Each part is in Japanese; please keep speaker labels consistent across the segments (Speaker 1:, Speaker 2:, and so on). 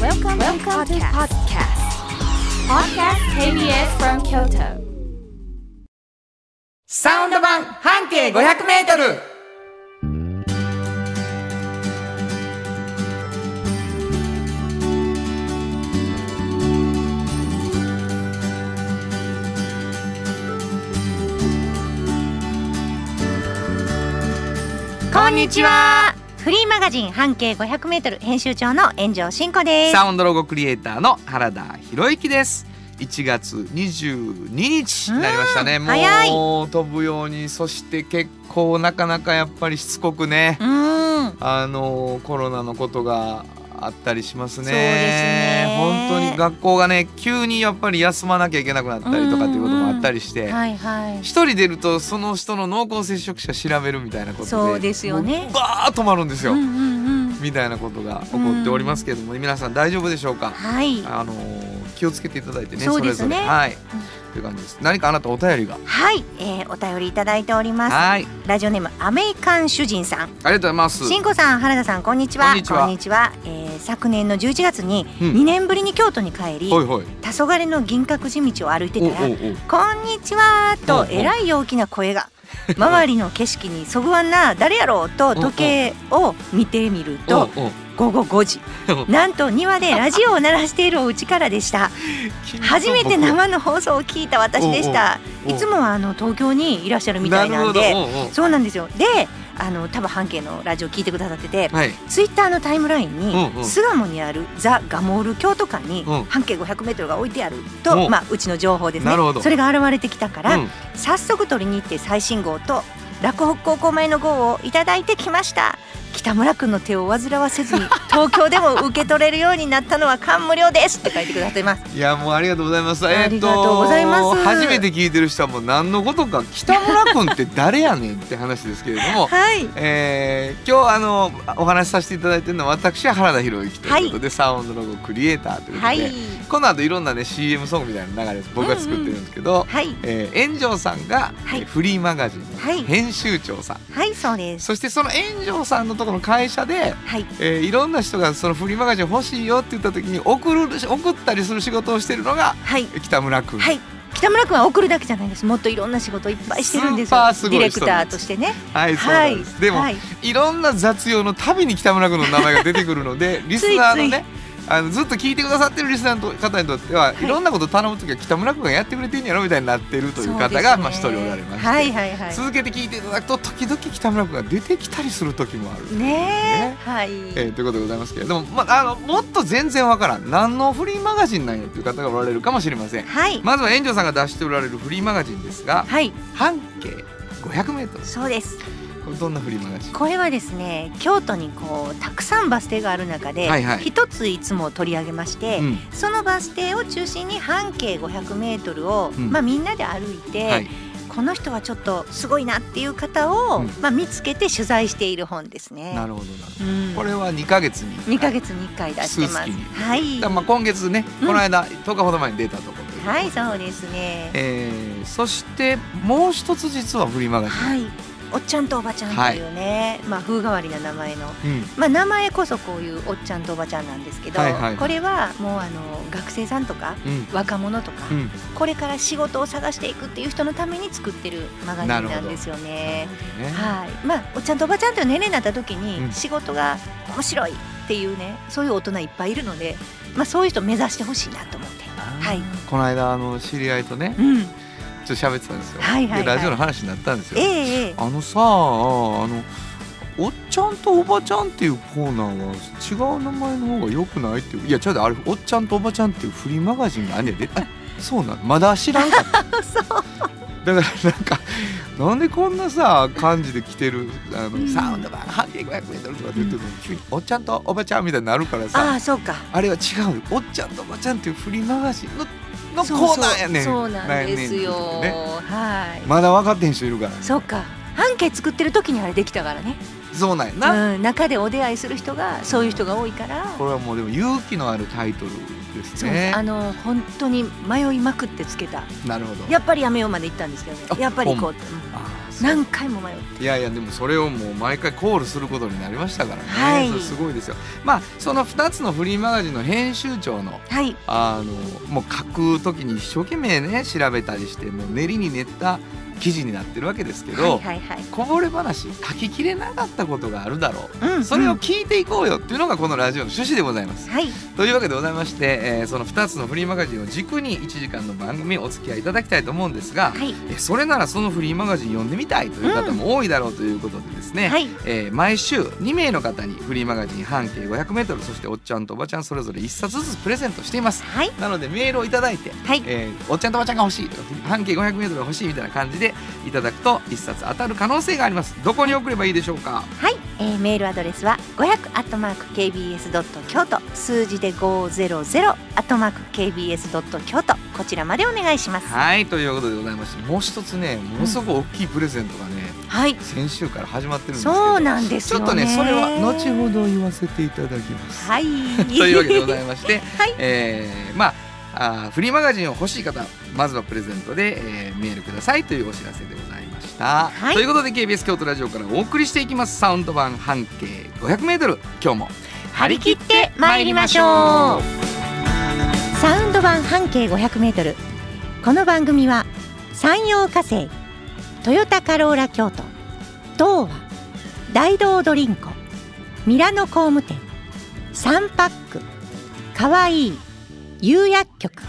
Speaker 1: Welcome, Welcome to podcast. Podcast KBS from Kyoto.
Speaker 2: サウンド版半径500メートル
Speaker 3: こんにちは。フリーマガジン半径500メートル編集長の円城信子です。
Speaker 2: サウンドロゴクリエイターの原田博之です1月22日になりましたね
Speaker 3: うん早い
Speaker 2: もう飛ぶようにそして結構なかなかやっぱりしつこくね
Speaker 3: うーん。
Speaker 2: あのコロナのことがあったりしますね
Speaker 3: そうですね
Speaker 2: 本当に学校がね急にやっぱり休まなきゃいけなくなったりとかっていうこともあったりして、
Speaker 3: はいはい。
Speaker 2: 一人出るとその人の濃厚接触者調べるみたいなことで
Speaker 3: そうですよね
Speaker 2: もうバーッと止まるんですよ、
Speaker 3: うんうんうん。
Speaker 2: みたいなことが起こっておりますけれども、皆さん大丈夫でしょうか
Speaker 3: はい。
Speaker 2: あのー気をつけていただいてね
Speaker 3: そうですね
Speaker 2: れぞれはい、という感じです何かあなたお便りが
Speaker 3: はい、えー、お便りいただいております。
Speaker 2: はいあり
Speaker 3: ラジオネームアメリカン主人さん。
Speaker 2: がとうございます
Speaker 3: しんこさん、原田さん、こんにちは。
Speaker 2: こんにちは
Speaker 3: えー昨年の11月に
Speaker 2: うん
Speaker 3: 2年ぶりに京都に帰り、
Speaker 2: ほいほい
Speaker 3: 黄昏の銀閣寺道を歩いて
Speaker 2: お
Speaker 3: たら、
Speaker 2: おおう
Speaker 3: こんにちは
Speaker 2: おう
Speaker 3: と
Speaker 2: おう
Speaker 3: えらい大きな声が周りの景色にそぐわんな誰やろうと時計を見てみる
Speaker 2: おう
Speaker 3: と
Speaker 2: おう
Speaker 3: 午後5時
Speaker 2: おう
Speaker 3: なんと庭 でラジオを鳴らしているお家からでした初めて生の放送を聞いた私でした
Speaker 2: おうおうおう
Speaker 3: いつもはあの東京にいらっしゃるみたいなんで
Speaker 2: るほどおうおう
Speaker 3: そうなんですよであの多分半径のラジオ聞いてくださってて
Speaker 2: はい
Speaker 3: ツイッターのタイムラインに
Speaker 2: うんうん
Speaker 3: 巣鴨にあるザ・ガモール京都館に
Speaker 2: うん
Speaker 3: 半径 500m が置いてある
Speaker 2: う
Speaker 3: と、
Speaker 2: ん
Speaker 3: まあ、うちの情報ですね
Speaker 2: なるほど
Speaker 3: それが現れてきたから、
Speaker 2: うん
Speaker 3: 早速取りに行って最新号と洛北高校前の号をいただいてきました北村君の手を煩わせず に東京でも受け取れるようになったのは感無量ですって書いてくださいます
Speaker 2: いやもうありがとうございます
Speaker 3: ありがとうございます
Speaker 2: えーっと初めて聞いてる人はもう何のことか北村君って誰やねんって話ですけれども
Speaker 3: はい
Speaker 2: えー今日あのお話しさせていただいてるのは私は原田博之ということで、サウンドロゴクリエイターということで、
Speaker 3: はい
Speaker 2: この後いろんなね CM ソングみたいなの流れです僕が作ってるんですけど、
Speaker 3: はい
Speaker 2: えー炎上さんが、
Speaker 3: はい
Speaker 2: えーフリーマガジンの
Speaker 3: はい
Speaker 2: 編集長さん、
Speaker 3: はいそうです
Speaker 2: そしてその炎上さんのところの会社で、
Speaker 3: はい
Speaker 2: えーいろんな人がそのフリーマガジン欲しいよって言った時に送る送ったりする仕事をしてるのが
Speaker 3: はい
Speaker 2: 北村君、
Speaker 3: はい北村君は送るだけじゃないですもっといろんな仕事いっぱいしてるんですよ
Speaker 2: スーパーすごい人
Speaker 3: デ
Speaker 2: な
Speaker 3: ィレ
Speaker 2: んで
Speaker 3: クターと
Speaker 2: す
Speaker 3: してね
Speaker 2: はいそうなんです、でも、
Speaker 3: はい
Speaker 2: いろんな雑用のたびに北村君の名前が出てくる のでリスナーのねあのずっと聞いてくださってるリスナーの方にとっては、
Speaker 3: い
Speaker 2: い、ろんなこと頼む時は北村君がやってくれてんやろみたいになってるという
Speaker 3: そうで
Speaker 2: 方
Speaker 3: す
Speaker 2: が
Speaker 3: ね
Speaker 2: まあ、一人おられまして、
Speaker 3: はいはいはい
Speaker 2: 続けて聞いていただくと時々北村君が出てきたりする時もある。
Speaker 3: ねえはい
Speaker 2: えーということでございますけれども、まあ、あのもっと全然わからん何のフリーマガジンなんやという方がおられるかもしれません
Speaker 3: はい
Speaker 2: まずは園長さんが出しておられるフリーマガジンですが
Speaker 3: はい
Speaker 2: 半径 500m
Speaker 3: そうです
Speaker 2: これどんなフリーマガジン
Speaker 3: これはですね京都にこうたくさんバス停がある中で
Speaker 2: はいはい
Speaker 3: 一ついつも取り上げまして、
Speaker 2: うん
Speaker 3: そのバス停を中心に半径 500m を、
Speaker 2: うん
Speaker 3: まあ、みんなで歩いて、
Speaker 2: はい
Speaker 3: この人はちょっとすごいなっていう方を、
Speaker 2: うん
Speaker 3: まあ、見つけて取材している本ですね。
Speaker 2: なるほどなるほど
Speaker 3: うん
Speaker 2: これは2ヶ月に
Speaker 3: 2ヶ月に1回出してます。
Speaker 2: 数月に
Speaker 3: はい
Speaker 2: だから、まあ今月ね
Speaker 3: うん
Speaker 2: この間10日ほど前に出たところという
Speaker 3: はい、そうですね。
Speaker 2: えーそしてもう一つ実はフリーマガジン、
Speaker 3: はい、おっちゃんとおばちゃんというね、まあ、風変わりな名前の
Speaker 2: うん
Speaker 3: まあ、名前こそこういうおっちゃんとおばちゃんなんですけど、
Speaker 2: はいはい
Speaker 3: これはもうあの学生さんとか
Speaker 2: うん
Speaker 3: 若者とか、
Speaker 2: うん
Speaker 3: これから仕事を探していくっていう人のために作ってるマガジンなんですよね。
Speaker 2: ね
Speaker 3: はいまあ、おっちゃんとおばちゃんという年齢になった時
Speaker 2: う
Speaker 3: に
Speaker 2: ん
Speaker 3: 仕事が面白いっていうねそういう大人いっぱいいるので、まあ、そういう人目指してほしいなと思って、
Speaker 2: あー
Speaker 3: はい
Speaker 2: この間あの知り合いとね
Speaker 3: うん、え
Speaker 2: ちょっと喋ってたんですよ、
Speaker 3: はいはいはい
Speaker 2: でラジオの話になったんですよ、
Speaker 3: えええ
Speaker 2: あのさあのおっちゃんとおばちゃんっていうコーナーは違う名前の方が良くないっていういやちょっとあれおっちゃんとおばちゃんっていうフリーマガジンがあんねん であそうなのまだ知らんかった
Speaker 3: あそう
Speaker 2: だからなんかなんでこんなさ感じで来てるあの、
Speaker 3: うん
Speaker 2: サウンド版半径 500m とかって言ってるのに急におっちゃんとおばちゃんみたいになるからさ
Speaker 3: あ
Speaker 2: あ
Speaker 3: あそうか
Speaker 2: れは違うおっちゃんとおばちゃんっていうフリーマガジンのの
Speaker 3: そう
Speaker 2: コーナーやねん
Speaker 3: そうそうなんですよ、
Speaker 2: なんやねんっていうことでね
Speaker 3: はい
Speaker 2: まだ分かってへん人いるからね
Speaker 3: そうか半径作ってる時にあれできたからね
Speaker 2: そうなんやな、
Speaker 3: うん、中でお出会いする人がそういう人が多いから、
Speaker 2: これはもうでも勇気のあるタイトルです
Speaker 3: そうです
Speaker 2: ね
Speaker 3: あの本当に迷いまくってつけた
Speaker 2: なるほど
Speaker 3: やっぱりやめようまで行ったんですけど
Speaker 2: あ
Speaker 3: ねやっぱりこう、うん
Speaker 2: あーそう
Speaker 3: 何回も迷って
Speaker 2: いやいやでもそれをもう毎回コールすることになりましたからね、
Speaker 3: はい
Speaker 2: それすごいですよまあその2つのフリーマガジンの編集長の
Speaker 3: はい
Speaker 2: あのもう書く時に一生懸命ね調べたりしてもう練りに練った記事になってるわけですけど、
Speaker 3: はいはいはい
Speaker 2: こぼれ話書ききれなかったことがあるだろ
Speaker 3: うん、
Speaker 2: うそれ
Speaker 3: う
Speaker 2: を
Speaker 3: ん
Speaker 2: 聞いていこうよっていうのがこのラジオの趣旨でございます。
Speaker 3: はい
Speaker 2: というわけでございまして、えーその2つのフリーマガジンを軸に1時間の番組お付き合いいただきたいと思うんですが、
Speaker 3: はい
Speaker 2: えーそれならそのフリーマガジン読んでみたいという方も多いだろうということでですね、
Speaker 3: はい
Speaker 2: えー毎週2名の方にフリーマガジン半径 500m そしておっちゃんとおばちゃんそれぞれ1冊ずつプレゼントしています
Speaker 3: はい
Speaker 2: なのでメールをいただいて、
Speaker 3: はい
Speaker 2: えーおっちゃんとおばちゃんが欲しいとか半径 500m が欲しいみたいな感じでいただくと1冊当たる可能性がありますどこに送ればいいでしょうか
Speaker 3: はい、えー、メールアドレスは500アットマーク kbs ドット京都数字で500アットマーク kbs ドット京都こちらまでお願いしますは
Speaker 2: はいということでございましてもう一つねものすごく大きいプレゼントがね、
Speaker 3: い
Speaker 2: 先週から始まってるんですけど
Speaker 3: そうなんです
Speaker 2: ちょ
Speaker 3: よ
Speaker 2: っ
Speaker 3: ね
Speaker 2: とねそれは後ほど言わせていただきます。
Speaker 3: はい
Speaker 2: というわけでございまして、
Speaker 3: はい
Speaker 2: えーまああーフリーマガジンを欲しい方まずはプレゼントで、えーメールくださいというお知らせでございました。
Speaker 3: はい
Speaker 2: ということで KBS 京都ラジオからお送りしていきますサウンド版半径 500m 今日も張り切って参りましょう
Speaker 3: サウンド版半径 500m この番組は山陽火星トヨタカローラ京都東和大道ドリンコミラノ工務店サンパックかわいい釉薬局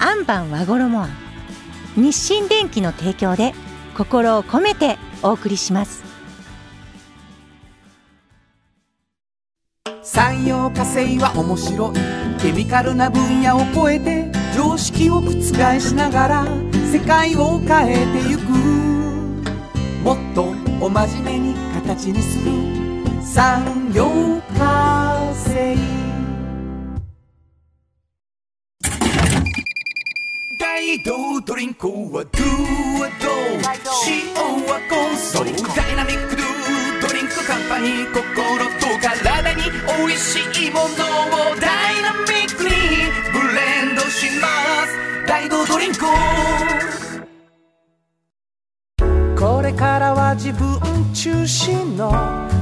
Speaker 3: アンバン和衣あん日清電機の提供で心を込めてお送りします
Speaker 4: 産業化成は面白いケミカルな分野を超えて常識を覆しながら世界を変えてゆくもっとお真面目に形にする産業化成大道ドリンクはドゥはドゥ塩はコンソダイナミックドゥドリンクカンパニー心と体に美味しいものをダイナミックにブレンドします大道ドリンクこれからは自分中心の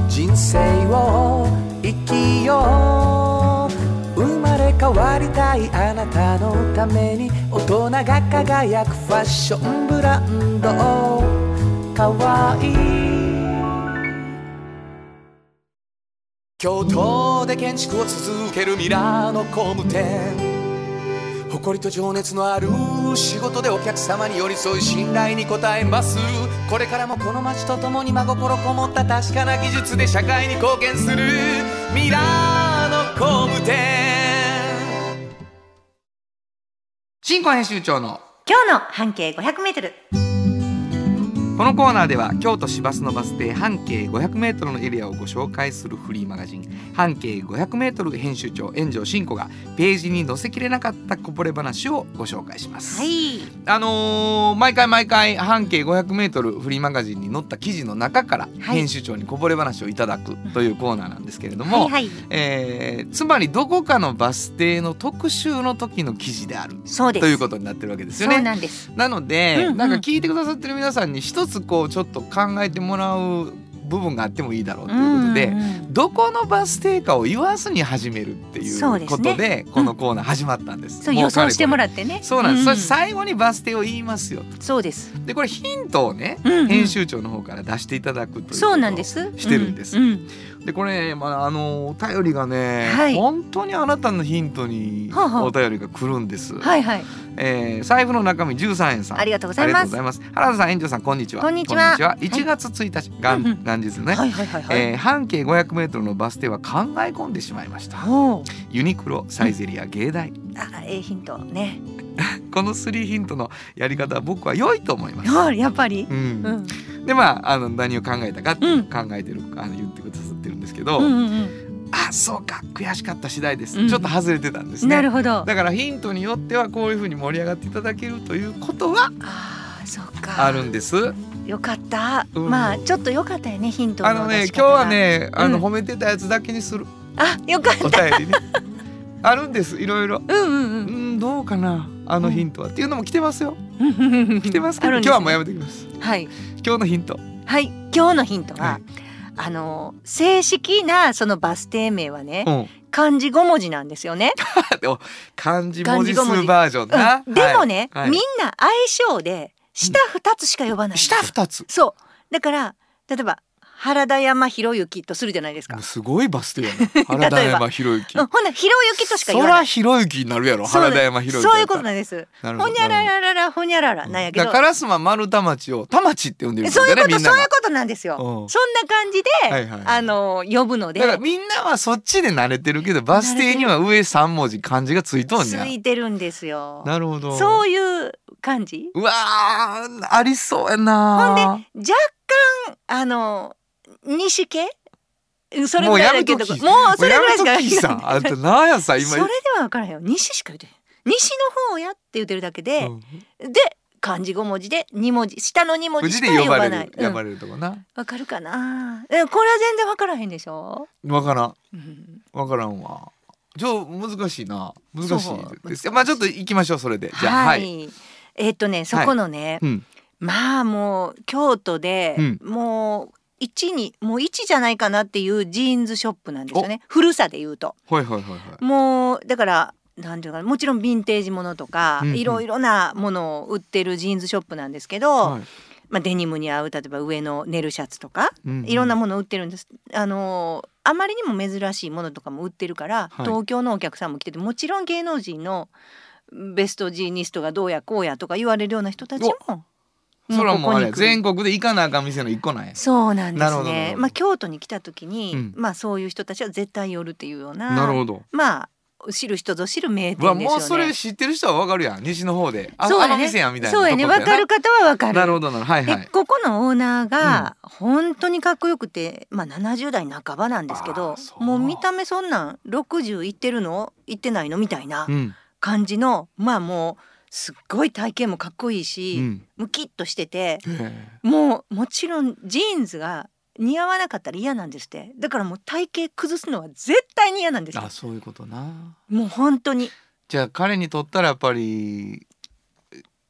Speaker 4: 人生を生きよう生まれ変わりたいあなたのために大人が輝くファッションブランドかわいい京都で建築を続けるミラーの工務店誇りと情熱のある仕事でお客様に寄り添い信頼に応えますこれからもこの街とともに真心こもった確かな技術で社会に貢献するミラーの工務店
Speaker 2: 新婚編集長の
Speaker 3: 今日の半径 500m
Speaker 2: このコーナーでは京都市バスのバス停半径 500m のエリアをご紹介するフリーマガジン「半径 500m」編集長円城信子がページに載せきれなかったこぼれ話をご紹介します。
Speaker 3: い
Speaker 2: あのー毎回毎回半径 500m フリーマガジンに載った記事の中から
Speaker 3: はい
Speaker 2: 編集長にこぼれ話をいただくというコーナーなんですけれども、
Speaker 3: はいはい
Speaker 2: えーつまりどこかのバス停の特集の時の記事である
Speaker 3: そうです
Speaker 2: ということになってるわけですよね。
Speaker 3: そうなんです
Speaker 2: なので、
Speaker 3: うんうん
Speaker 2: なんか聞いてくださってる皆さんに一つこうちょっと考えてもらう部分があってもいいだろうということで、
Speaker 3: んんん
Speaker 2: どこのバス停かを言わずに始めるってい
Speaker 3: そう
Speaker 2: う
Speaker 3: です
Speaker 2: こ
Speaker 3: ね
Speaker 2: とでこのコーナー始まったんです。
Speaker 3: そう予想しても
Speaker 2: ら
Speaker 3: らってね
Speaker 2: そうなんです、そして
Speaker 3: ん
Speaker 2: 最後にバス停を言いますよ
Speaker 3: そうです、
Speaker 2: でこれヒントをね、
Speaker 3: うんうん
Speaker 2: 編集長の方から出していただくということ
Speaker 3: そうなんです
Speaker 2: してるんです
Speaker 3: ううん
Speaker 2: でこれ、まあ、あのお便りがね、
Speaker 3: はい
Speaker 2: 本当にあなたのヒントに
Speaker 3: はあはあ
Speaker 2: お便りが来るんです、
Speaker 3: はいはい
Speaker 2: えー、財布の中身13円さん
Speaker 3: ありがとうございます
Speaker 2: ありがとうございます原田さん園長さんこんにちは
Speaker 3: こんにちは
Speaker 2: 1月1日、
Speaker 3: うん
Speaker 2: 元
Speaker 3: うん
Speaker 2: 元日ね、
Speaker 3: はいはいはいはい。
Speaker 2: えー半径 500m のバス停は考え込んでしまいました
Speaker 3: ほう
Speaker 2: ユニクロサイゼリア芸大
Speaker 3: あええヒントね。
Speaker 2: この3ヒントのやり方は僕は良いと思います、
Speaker 3: あやっぱり
Speaker 2: う。ん
Speaker 3: うん
Speaker 2: でまああの何を考えたかって
Speaker 3: うん
Speaker 2: 考えてる、あの言ってくださってるんですけど、
Speaker 3: うんうん
Speaker 2: あそうか悔しかった次第です、
Speaker 3: うん
Speaker 2: ちょっと外れてたんで
Speaker 3: う
Speaker 2: す
Speaker 3: ん。なる
Speaker 2: ね
Speaker 3: ほど。
Speaker 2: だからヒントによってはこういうふうに盛り上がっていただけるということは
Speaker 3: あーそうか
Speaker 2: あるんです。
Speaker 3: よかった、
Speaker 2: うん
Speaker 3: まあちょっとよかったよねヒントの
Speaker 2: あのね
Speaker 3: 出し
Speaker 2: 今
Speaker 3: 方
Speaker 2: 日
Speaker 3: が
Speaker 2: はねあの、
Speaker 3: うん
Speaker 2: 褒めてたやつだけに する
Speaker 3: あよかっ
Speaker 2: お
Speaker 3: た
Speaker 2: 便りねあるんですいろいろ。
Speaker 3: うんうんう
Speaker 2: うんんどうかなあのヒントは、っていうのも来てますよ来てますけ
Speaker 3: あ
Speaker 2: ど、
Speaker 3: るんですね
Speaker 2: 今日はもうやめてきます。
Speaker 3: はい
Speaker 2: 今日のヒント。
Speaker 3: はい今日のヒントは、
Speaker 2: はい
Speaker 3: あの正式なそのバス停名はね、
Speaker 2: うん。
Speaker 3: 漢字5文字なんですよね、
Speaker 2: 漢字文字数バージョンな。
Speaker 3: うんでもね、
Speaker 2: はいはい
Speaker 3: みんな相性で下2つしか呼ばない、
Speaker 2: 下二つ。
Speaker 3: そうだから例えば原田山博之とするじゃないですか
Speaker 2: もう、すごいバス停 やな。原田山博之。
Speaker 3: うん、ほんなら博之としか
Speaker 2: そ
Speaker 3: 言わな
Speaker 2: ら
Speaker 3: い
Speaker 2: 博之になるやろ。
Speaker 3: そう
Speaker 2: 原田山博之やったら。
Speaker 3: そういうことなんです
Speaker 2: なるほ
Speaker 3: ほ
Speaker 2: ど。
Speaker 3: にゃららららほにゃららなんやけ
Speaker 2: だ
Speaker 3: ど
Speaker 2: からスマ丸太町を田町って呼んでるんです
Speaker 3: そうい
Speaker 2: よ
Speaker 3: う
Speaker 2: ね
Speaker 3: こ
Speaker 2: み
Speaker 3: と
Speaker 2: んな
Speaker 3: そういう
Speaker 2: が。
Speaker 3: ことなんですよそん
Speaker 2: うん
Speaker 3: な感じで、
Speaker 2: はいはい
Speaker 3: あの呼ぶので
Speaker 2: だからみんなはそっちで慣れてるけどバス停には上三文字漢字がついとん
Speaker 3: つ
Speaker 2: にゃ。
Speaker 3: いてるんですよ
Speaker 2: なるほど。
Speaker 3: そういう感じ
Speaker 2: うわーありそうやな。
Speaker 3: 若干あの西系うんそれ
Speaker 2: も
Speaker 3: ぐ
Speaker 2: う
Speaker 3: ら
Speaker 2: や
Speaker 3: いだ
Speaker 2: め
Speaker 3: け
Speaker 2: と
Speaker 3: ど
Speaker 2: き。
Speaker 3: もうそれぐらいしか
Speaker 2: もうやめと きさんあんたなんやさ
Speaker 3: そ
Speaker 2: 今
Speaker 3: れで。は分からへんよ西しか言ってへん西の方やって言ってるだけで
Speaker 2: う、ん
Speaker 3: で漢字5文字で2文字下の2文
Speaker 2: 無
Speaker 3: 字し
Speaker 2: 事
Speaker 3: か
Speaker 2: で呼
Speaker 3: 呼
Speaker 2: ば
Speaker 3: ば
Speaker 2: れ
Speaker 3: ない
Speaker 2: る
Speaker 3: う
Speaker 2: 呼
Speaker 3: んわ、
Speaker 2: ばれるとかな。
Speaker 3: かるかなえこれは全然分からへんでしょ、
Speaker 2: わからん
Speaker 3: うん
Speaker 2: わからんわ。ちょ難しいな難し
Speaker 3: そう
Speaker 2: いです。まあちょっと行きましょうそれでじゃあ
Speaker 3: は、
Speaker 2: はいい。
Speaker 3: えっとねそこのね、
Speaker 2: うん
Speaker 3: まあもう京都で、
Speaker 2: うん
Speaker 3: もう一にもう一じゃないかなっていうジーンズショップなんですよね古さで言うと
Speaker 2: はいはいはいはい。
Speaker 3: もうだからなんていうのかなもちろんヴィンテージものとか、
Speaker 2: うんうん
Speaker 3: いろいろなものを売ってるジーンズショップなんですけど、
Speaker 2: はい
Speaker 3: まあ、デニムに合う例えば上のネルシャツとか
Speaker 2: うん
Speaker 3: いろんなものを売ってるんです、あのーあまりにも珍しいものとかも売ってるから、
Speaker 2: はい
Speaker 3: 東京のお客さんも来ててもちろん芸能人のベストジーニストがどうやこうやとか言われるような人たちも
Speaker 2: それはもうあれ
Speaker 3: ここに来る
Speaker 2: 全国で行かなあかん店の一個なんや。
Speaker 3: そうなんで
Speaker 2: なる
Speaker 3: す
Speaker 2: ほどなる
Speaker 3: ね
Speaker 2: ほ。ど
Speaker 3: まあ京都に来た時に、
Speaker 2: うん
Speaker 3: まあそういう人たちは絶対寄るっていうような
Speaker 2: なるほど。
Speaker 3: まあ知る人ぞ知る名店です
Speaker 2: う
Speaker 3: よ
Speaker 2: わ
Speaker 3: ね。
Speaker 2: もうそれ知ってる人はわかるやん西の方であ
Speaker 3: そうや
Speaker 2: あ
Speaker 3: ね
Speaker 2: の店やみたいな
Speaker 3: そうやね
Speaker 2: とこ
Speaker 3: わ
Speaker 2: って
Speaker 3: かる方はわかる。
Speaker 2: なるほどなるはいはい
Speaker 3: でここのオーナーが本当にかっこよくて、まあ70代半ばなんですけ
Speaker 2: あ
Speaker 3: ど
Speaker 2: ーそう
Speaker 3: もう見た目そんなん60いってるのいってないのみたいな
Speaker 2: うん
Speaker 3: 感じの、まあもうすっごい体型もかっこいいうし、
Speaker 2: ん
Speaker 3: ムキッとしてて
Speaker 2: へえ
Speaker 3: もうもちろんジーンズが似合わなかったら嫌なんですってだからもう体型崩すのは絶対に嫌なんですよ
Speaker 2: あそういうことな
Speaker 3: もう本当に
Speaker 2: じゃあ彼にとったらやっぱり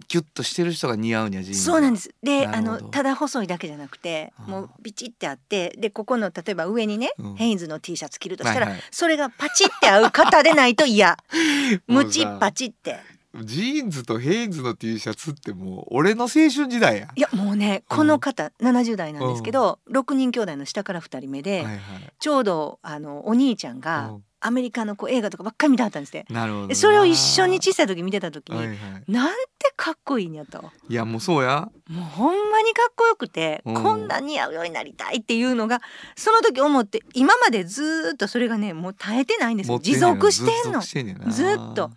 Speaker 2: キュッとしてる人が似合うには人
Speaker 3: そうなん
Speaker 2: で
Speaker 3: ですで
Speaker 2: な
Speaker 3: あ
Speaker 2: るほど
Speaker 3: のただ細いだけじゃなくて
Speaker 2: あー
Speaker 3: もうビチってあってでここの例えば上にね、
Speaker 2: うん
Speaker 3: ヘインズの T シャツ着るとしたら、
Speaker 2: はいはい
Speaker 3: それがパチって合う型でないと嫌
Speaker 2: もうさ
Speaker 3: ムチパチって
Speaker 2: ジーンズとヘインズの T シャツってもう俺の青春時代や
Speaker 3: いやもうねこの方、70代なんですけど、6人兄弟の下から2人目で、
Speaker 2: はいはい
Speaker 3: ちょうどあのお兄ちゃんが
Speaker 2: うん
Speaker 3: アメリカのこう映画とかばっかり見てはったんですって
Speaker 2: なるほど
Speaker 3: で
Speaker 2: な
Speaker 3: それを一緒に小さい時見てた時に、
Speaker 2: はいはい
Speaker 3: なんてかっこいいんやと
Speaker 2: いやもうそうや
Speaker 3: もうほんまにかっこよくて、
Speaker 2: うん
Speaker 3: こんな似合うようになりたいっていうのがその時思って今までずーっとそれがねもう耐えてないんです
Speaker 2: 持
Speaker 3: よ
Speaker 2: って
Speaker 3: 持
Speaker 2: んねん
Speaker 3: 続してんの
Speaker 2: 持続してんねんな
Speaker 3: ずっと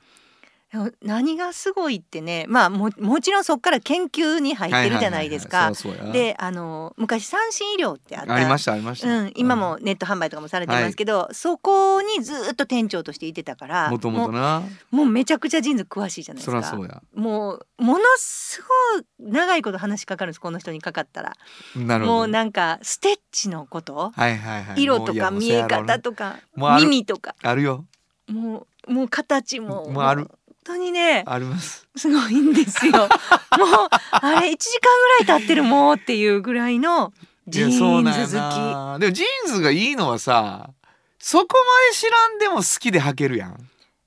Speaker 3: でも何がすごいってねまあももちろんそっから研究に入ってるじゃないです
Speaker 2: はは
Speaker 3: か
Speaker 2: は。そうそうや
Speaker 3: であの昔産診医療ってあった
Speaker 2: ありましたありました、
Speaker 3: うん、今もネット販売とかもされてますけど、そこにずーっと店長としていてたから
Speaker 2: もともと
Speaker 3: も
Speaker 2: な
Speaker 3: うもうめちゃくちゃジーンズ詳しいじゃないです
Speaker 2: そ
Speaker 3: か。
Speaker 2: らそうや
Speaker 3: もうものすごい長いこと話かかるんですこの人にかかったら
Speaker 2: なるほど
Speaker 3: もうなんかステッチのこと、
Speaker 2: はいはいはい
Speaker 3: 色
Speaker 2: もう
Speaker 3: と
Speaker 2: い
Speaker 3: か
Speaker 2: やもう
Speaker 3: 見
Speaker 2: せ
Speaker 3: え
Speaker 2: やろうな
Speaker 3: 方とか
Speaker 2: もうある
Speaker 3: 耳とか
Speaker 2: あるよ
Speaker 3: もうもう形も
Speaker 2: もうある
Speaker 3: 本当にね
Speaker 2: あります
Speaker 3: すごいんです よもうあれ1時間ぐらい経ってるもうっていうぐらいの
Speaker 2: い
Speaker 3: ジー
Speaker 2: やそうなん
Speaker 3: ン
Speaker 2: や
Speaker 3: ズ好
Speaker 2: なでもジーンズがいいのはさそこまで知らんでも好きで履けるやん
Speaker 3: き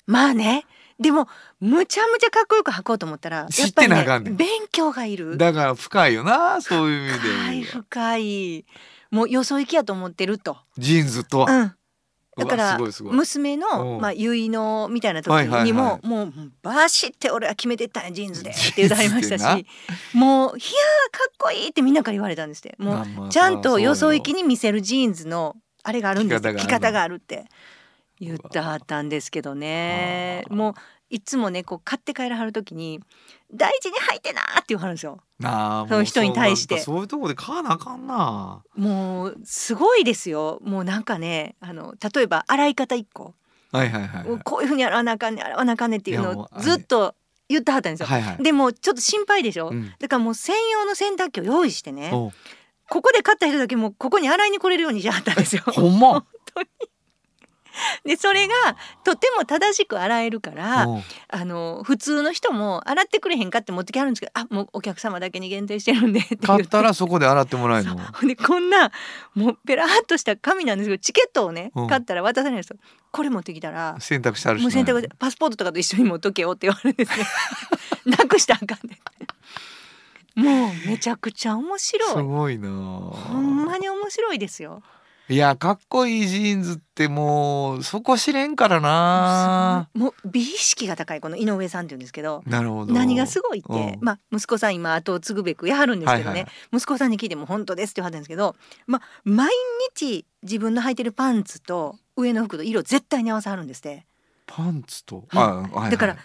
Speaker 3: まあねでもむちゃむちゃかっこよく履こうと思ったらやっぱり、
Speaker 2: 知ってなあかんね
Speaker 3: ね、
Speaker 2: ん
Speaker 3: 勉強がいる
Speaker 2: だから深いよなそういう意味で
Speaker 3: 深い
Speaker 2: 言う
Speaker 3: 深いもうよそ行きやと思ってると。
Speaker 2: ジーンズとは、
Speaker 3: うん
Speaker 2: う
Speaker 3: だ
Speaker 2: わ
Speaker 3: から
Speaker 2: すごいすごい
Speaker 3: 娘
Speaker 2: う
Speaker 3: の
Speaker 2: ん
Speaker 3: まあ結納みたいな時
Speaker 2: はいはいはい
Speaker 3: にももうバシって俺は決めてったんやジーンズでって言うてはりました
Speaker 2: ジーンズ
Speaker 3: しもういやーかっこいいってみんなから言われたんですっても
Speaker 2: まあまあ
Speaker 3: うちゃんとよそ行き
Speaker 2: そう
Speaker 3: に見せるジーンズのあれがあるんですって
Speaker 2: 着
Speaker 3: 着
Speaker 2: 方
Speaker 3: 方
Speaker 2: が
Speaker 3: があるって言ってはったんですけどね
Speaker 2: うわ
Speaker 3: もういつもねこう買って帰らはる時に大事に履いてなーって言わはるんですよ
Speaker 2: よなあもう
Speaker 3: その人に対して
Speaker 2: そうやっぱそういうとこで買わなあかんな
Speaker 3: もうすごいですよもうなんかねあの例えば洗い方一個
Speaker 2: はいはいはい、はい
Speaker 3: もうこういうふうに洗わなあかんね洗わなあかんねっていう
Speaker 2: いやも
Speaker 3: の
Speaker 2: う
Speaker 3: を
Speaker 2: あれ
Speaker 3: ずっと言ってはったんですよ、
Speaker 2: はいはい
Speaker 3: でもちょっと心配でしょ、
Speaker 2: うん
Speaker 3: だからもう専用の洗濯機を用意してね
Speaker 2: おう
Speaker 3: ここで買った人だけもうここに洗いに来れるようにしはったんですよ
Speaker 2: ほんま
Speaker 3: でそれがとても正しく洗えるから
Speaker 2: おう
Speaker 3: あの普通の人も洗ってくれへんかって持ってきはるんですけどあもうお客様だけに限定してるんでって言
Speaker 2: 買
Speaker 3: っ
Speaker 2: ってたらそこで洗ってもらえる
Speaker 3: そう
Speaker 2: の
Speaker 3: ほんでこんなもうペラーっとした紙なんですけどチケットをね
Speaker 2: うん
Speaker 3: 買ったら渡されるんですよこれ持ってきたら
Speaker 2: 選択肢あるし
Speaker 3: もう
Speaker 2: な
Speaker 3: 洗濯でパスポートとかと一緒に持っとけよって言われるん ですよなくしたらあかんでもうめちゃくちゃ面
Speaker 2: す
Speaker 3: 白い
Speaker 2: ごいな
Speaker 3: ほんまに面白いですよ
Speaker 2: いやかっこいいジーンズってもうそこ知れんからな
Speaker 3: もう美意識が高いこの井上さんって言うんですけど
Speaker 2: なるほど
Speaker 3: 何がすごいって
Speaker 2: うん
Speaker 3: まあ息子さん今後を継ぐべくやはるんですけどね、
Speaker 2: はいはい
Speaker 3: 息子さんに聞いても本当ですって言わはったんですけどまあ毎日自分の履いてるパンツと上の服と色絶対に合わせはるんですって
Speaker 2: パンツと、
Speaker 3: はい
Speaker 2: あはいはい
Speaker 3: だから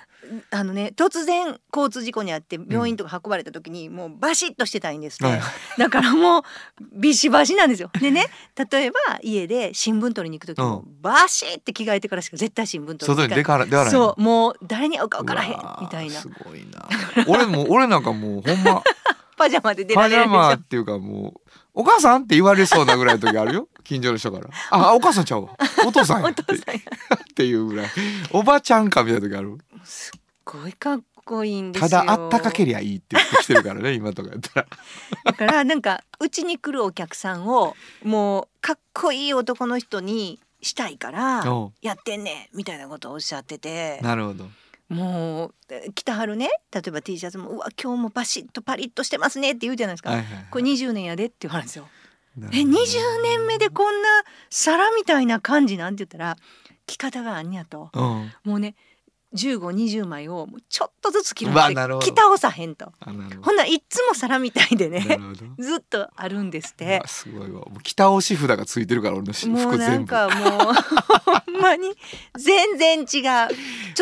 Speaker 3: あのね突然交通事故にあって病院とか運ばれた時に、もうバシッとしてたいんですって、
Speaker 2: はい
Speaker 3: だからもうビシバシなん ですよ。でね例えば家で新聞取りに行く時も、
Speaker 2: う
Speaker 3: バシッて着替えてからしか絶対新聞取りに行
Speaker 2: 外
Speaker 3: か
Speaker 2: に
Speaker 3: な
Speaker 2: 出
Speaker 3: い。
Speaker 2: から出られ
Speaker 3: そうもう誰に会うか分からへん
Speaker 2: うわー
Speaker 3: みたいな
Speaker 2: すごい な俺も俺なんかもうほんま
Speaker 3: パジャマで 出ら
Speaker 2: パ
Speaker 3: れ
Speaker 2: ジ
Speaker 3: るでし
Speaker 2: ャマっ
Speaker 3: ょ
Speaker 2: ていうかもう「お母さん?」って言われそうなぐらいの時あ るよ近所の人から「あお母さんちゃうわお父さんや」
Speaker 3: お
Speaker 2: っ
Speaker 3: 父
Speaker 2: て
Speaker 3: さんや
Speaker 2: っていうぐらい「おばちゃんか」みたいな時ある
Speaker 3: すっごいかっこいいんです
Speaker 2: た
Speaker 3: よ
Speaker 2: だあったかけりゃいいって来てるからね今とか やったら
Speaker 3: だからなんかうちに来るお客さんをもうかっこいい男の人にしたいから
Speaker 2: お
Speaker 3: やってんねんみたいなことをおっしゃってて
Speaker 2: うなるほど
Speaker 3: もうえ着てはるね例えば T シャツも「うわ今日もバシッとパリッとしてますね」って言うじゃないですか、
Speaker 2: はいはいはい
Speaker 3: これ20年やでって言われるんですよ。
Speaker 2: なる
Speaker 3: え
Speaker 2: ほ
Speaker 3: 20
Speaker 2: ど
Speaker 3: 年目でこんな皿みたいな感じなんて言ったら着方があんねやと
Speaker 2: うん
Speaker 3: もうね1520枚をもうちょっとずつ着るん
Speaker 2: うわ
Speaker 3: で
Speaker 2: なるほど
Speaker 3: 着倒さへんと
Speaker 2: あなるほ
Speaker 3: ほんならいっつも皿みたいで
Speaker 2: どな
Speaker 3: ね
Speaker 2: るほどう
Speaker 3: ずっとあるんですって
Speaker 2: わすごいわもう北押し札がついてるから俺のし
Speaker 3: もう
Speaker 2: 服
Speaker 3: な
Speaker 2: 全
Speaker 3: ん
Speaker 2: 部
Speaker 3: かもうほんまに全然違うち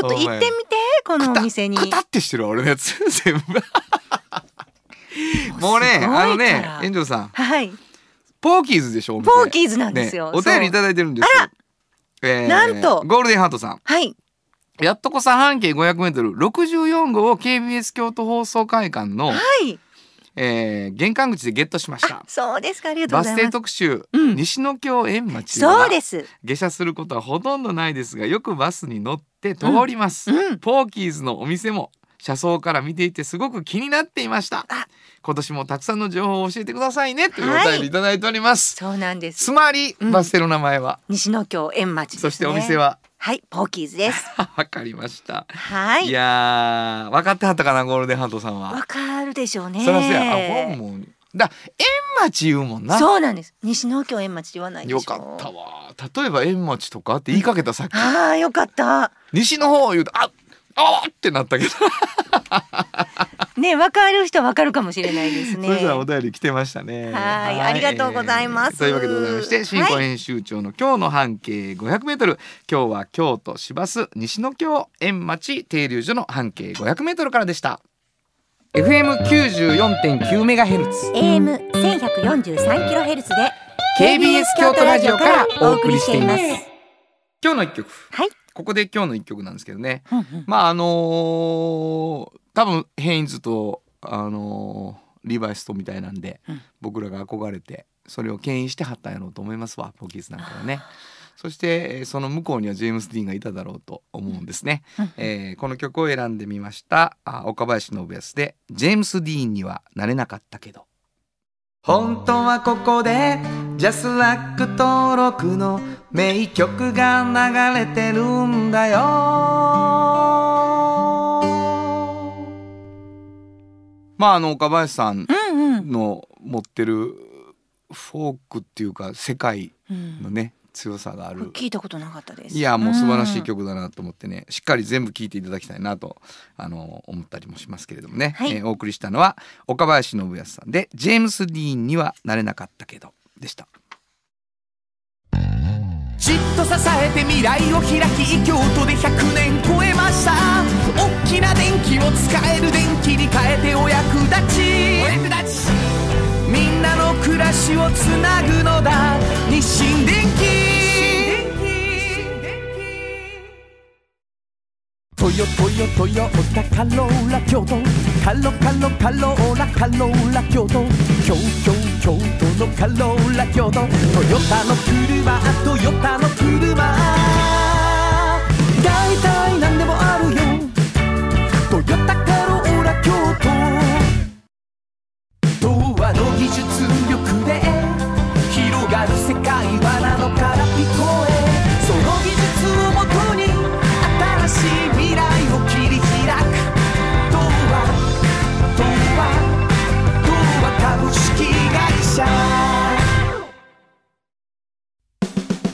Speaker 3: ょっと行ってみてこのお店に
Speaker 2: くたってしてるわ俺のやつ全部も
Speaker 3: すごい
Speaker 2: うね
Speaker 3: から
Speaker 2: あのね遠藤さん
Speaker 3: はい
Speaker 2: ポーキーズでしょお店
Speaker 3: ポーキーズなんですよ
Speaker 2: ねお便りいただいてるんですよえー
Speaker 3: なんと
Speaker 2: ゴールデンハートさん
Speaker 3: はい
Speaker 2: やっとこさ半径 500m64 号を KBS 京都放送会館の、
Speaker 3: はい
Speaker 2: えー玄関口でゲットしました
Speaker 3: そうですかありがとうご
Speaker 2: バ
Speaker 3: ざい
Speaker 2: ス停
Speaker 3: ます
Speaker 2: 特集、
Speaker 3: うん
Speaker 2: 西野京円町は
Speaker 3: そうです
Speaker 2: 下車することはほとんどないですがよくバスに乗って通ります、
Speaker 3: うんうん
Speaker 2: ポーキーズのお店も車窓から見ていてすごく気になっていました
Speaker 3: あ
Speaker 2: 今年もたくさんの情報を教えてくださいねという
Speaker 3: はい
Speaker 2: お便りいただいております、
Speaker 3: そうなんです
Speaker 2: つまり、
Speaker 3: うん
Speaker 2: バス停の名前は
Speaker 3: 西野京円町です、ね、
Speaker 2: そしてお店は
Speaker 3: はいポーキーズです
Speaker 2: わかりました、、
Speaker 3: はいい
Speaker 2: やー分かってはったかなゴールデンハートさん
Speaker 3: わ
Speaker 2: は
Speaker 3: かるでしょうね
Speaker 2: そりゃそうやあ本もだ円町言うもんな
Speaker 3: そうなんです西野京円町って言わないでしょ
Speaker 2: よかったわ例えば円町とかって言いかけたさっき
Speaker 3: あーよか った
Speaker 2: 西の方言うとああーってなったけど
Speaker 3: ねわかる人はわかるかもしれないですね
Speaker 2: それではお便り来てましたね。
Speaker 3: はいありがとうございます
Speaker 2: というわけでございまして、新婚編集長の今日の半径500メートル。今日は京都市バス西の京円町停留所の半径500メートルからでした。FM 94.9メガヘルツ、
Speaker 5: AM 1143キロヘルツで
Speaker 2: KBS 京都ラジオからお送りしています。
Speaker 5: は
Speaker 2: 今日の一曲。
Speaker 5: はい
Speaker 2: ここで今日の一曲なんですけどね。
Speaker 3: うんうん
Speaker 2: まああのー多分ヘインズとあのーリバイスとみたいなんで、
Speaker 3: うん
Speaker 2: 僕らが憧れてそれを牽引してはったんやろうと思いますわポキーズなんかはね。そしてえーその向こうにはジェームス・ディーンがいただろうと思うんですね、
Speaker 3: うんうん
Speaker 2: えーこの曲を選んでみましたあ岡林信康で「ジェームス・ディーンにはなれなかったけど」
Speaker 4: 本当はここでジャスラック登録の名曲が流れてるんだよ
Speaker 2: まああの岡林さん
Speaker 3: うんうん
Speaker 2: の持ってるフォークっていうか世界
Speaker 3: うん
Speaker 2: のね強さがあ
Speaker 3: これ
Speaker 2: る
Speaker 3: 聞いたことなかったです
Speaker 2: いやもう素晴らしい、曲だなと思ってね、しっかり全部聴いていただきたいなとあの思ったりもしますけれどもね、
Speaker 3: はい
Speaker 2: えーお送りしたのは岡林信康さんで「ジェームス・ディーンにはなれなかったけど」でした。
Speaker 4: じっと支えて未来を開き京都で100年超えました大きな電気を使える電気に変えてお役立ちお役立ちみんなの暮らしをつなぐのだ日清電気プトヨトヨトヨタカローラ京都カロカロカローラカローラ京都京京京都のカローラ京都トヨタの車トヨタの車大体何でもあるよトヨタカローラ京都童話の技術力で広がる世界はなのから聞こえその技術をもとに新しい未来を切り開く童話童話童話株式会社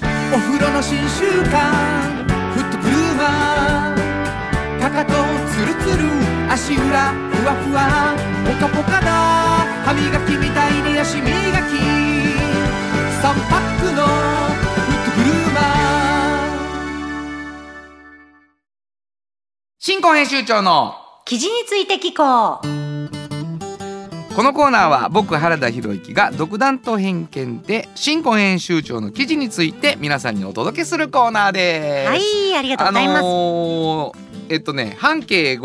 Speaker 4: お風呂の新習慣フットブルーマーかかとツルツル足裏ふわふわポカポカだ歯磨きみたいに足磨き3パックのフットグルーマー
Speaker 2: 新婚編集長の
Speaker 3: 記事について聞こう
Speaker 2: このコーナーは僕原田博之が独断と偏見で新婚編集長の記事について皆さんにお届けするコーナーです。
Speaker 3: はいありがとうございます、
Speaker 2: あのーえっとね半径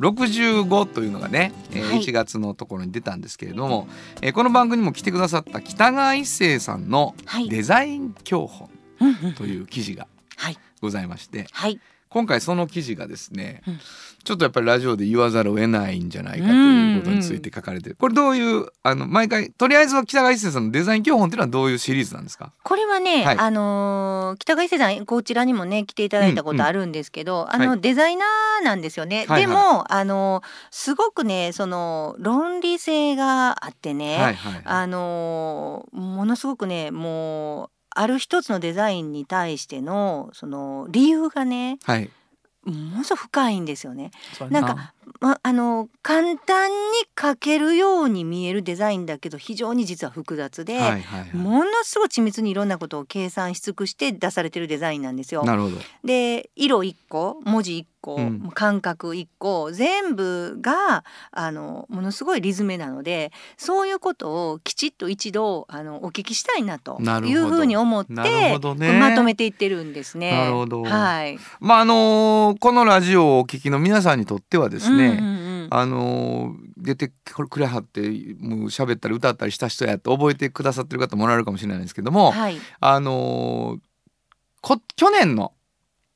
Speaker 2: 500m65 というのがね、えー
Speaker 3: はい
Speaker 2: 1月のところに出たんですけれども、えーこの番組にも来てくださった北川一生さんの
Speaker 3: はい
Speaker 2: デザイン教本
Speaker 3: うんうん
Speaker 2: という記事が
Speaker 3: はい
Speaker 2: ございまして
Speaker 3: はい
Speaker 2: 今回その記事がですね、
Speaker 3: うん
Speaker 2: ちょっとやっぱりラジオで言わざるを得ないんじゃないかということについて書かれてる、これどういうあの毎回とりあえずは北川一生さんのデザイン教本っていうのはどういうシリーズなんですか
Speaker 3: これはね、
Speaker 2: はい
Speaker 3: あのー北川伊勢さんこちらにもね来ていただいたことあるんですけど、あの、
Speaker 2: は
Speaker 3: デザイナーなんですよね、
Speaker 2: はいはい
Speaker 3: でもあのーすごくねその論理性があってね、
Speaker 2: はいはい
Speaker 3: あのーものすごくねもうある一つのデザインに対してのその理由がね
Speaker 2: はい
Speaker 3: ものすごく深いんですよね。な
Speaker 2: な
Speaker 3: んかまあの簡単に描けるように見えるデザインだけど非常に実は複雑で、
Speaker 2: はいはいはい
Speaker 3: ものすごい緻密にいろんなことを計算し尽くして出されてるデザインなんですよ。
Speaker 2: なるほど
Speaker 3: で色1個文字1個、
Speaker 2: うん
Speaker 3: 感覚1個全部があのものすごいリズムなのでそういうことをきちっと一度あのお聞きしたいなと
Speaker 2: なるほ
Speaker 3: い
Speaker 2: ど
Speaker 3: うふうに思って、
Speaker 2: なるほどね
Speaker 3: まとめていってるんですね。
Speaker 2: なるほど
Speaker 3: はい。
Speaker 2: まああのーこのラジオをお聞きの皆さんにとってはですね、
Speaker 3: うんうんうん
Speaker 2: あのー出てくれはってもう喋ったり歌ったりした人やって覚えてくださってる方もおられるかもしれないんですけども、
Speaker 3: はい。
Speaker 2: あのーこ去年の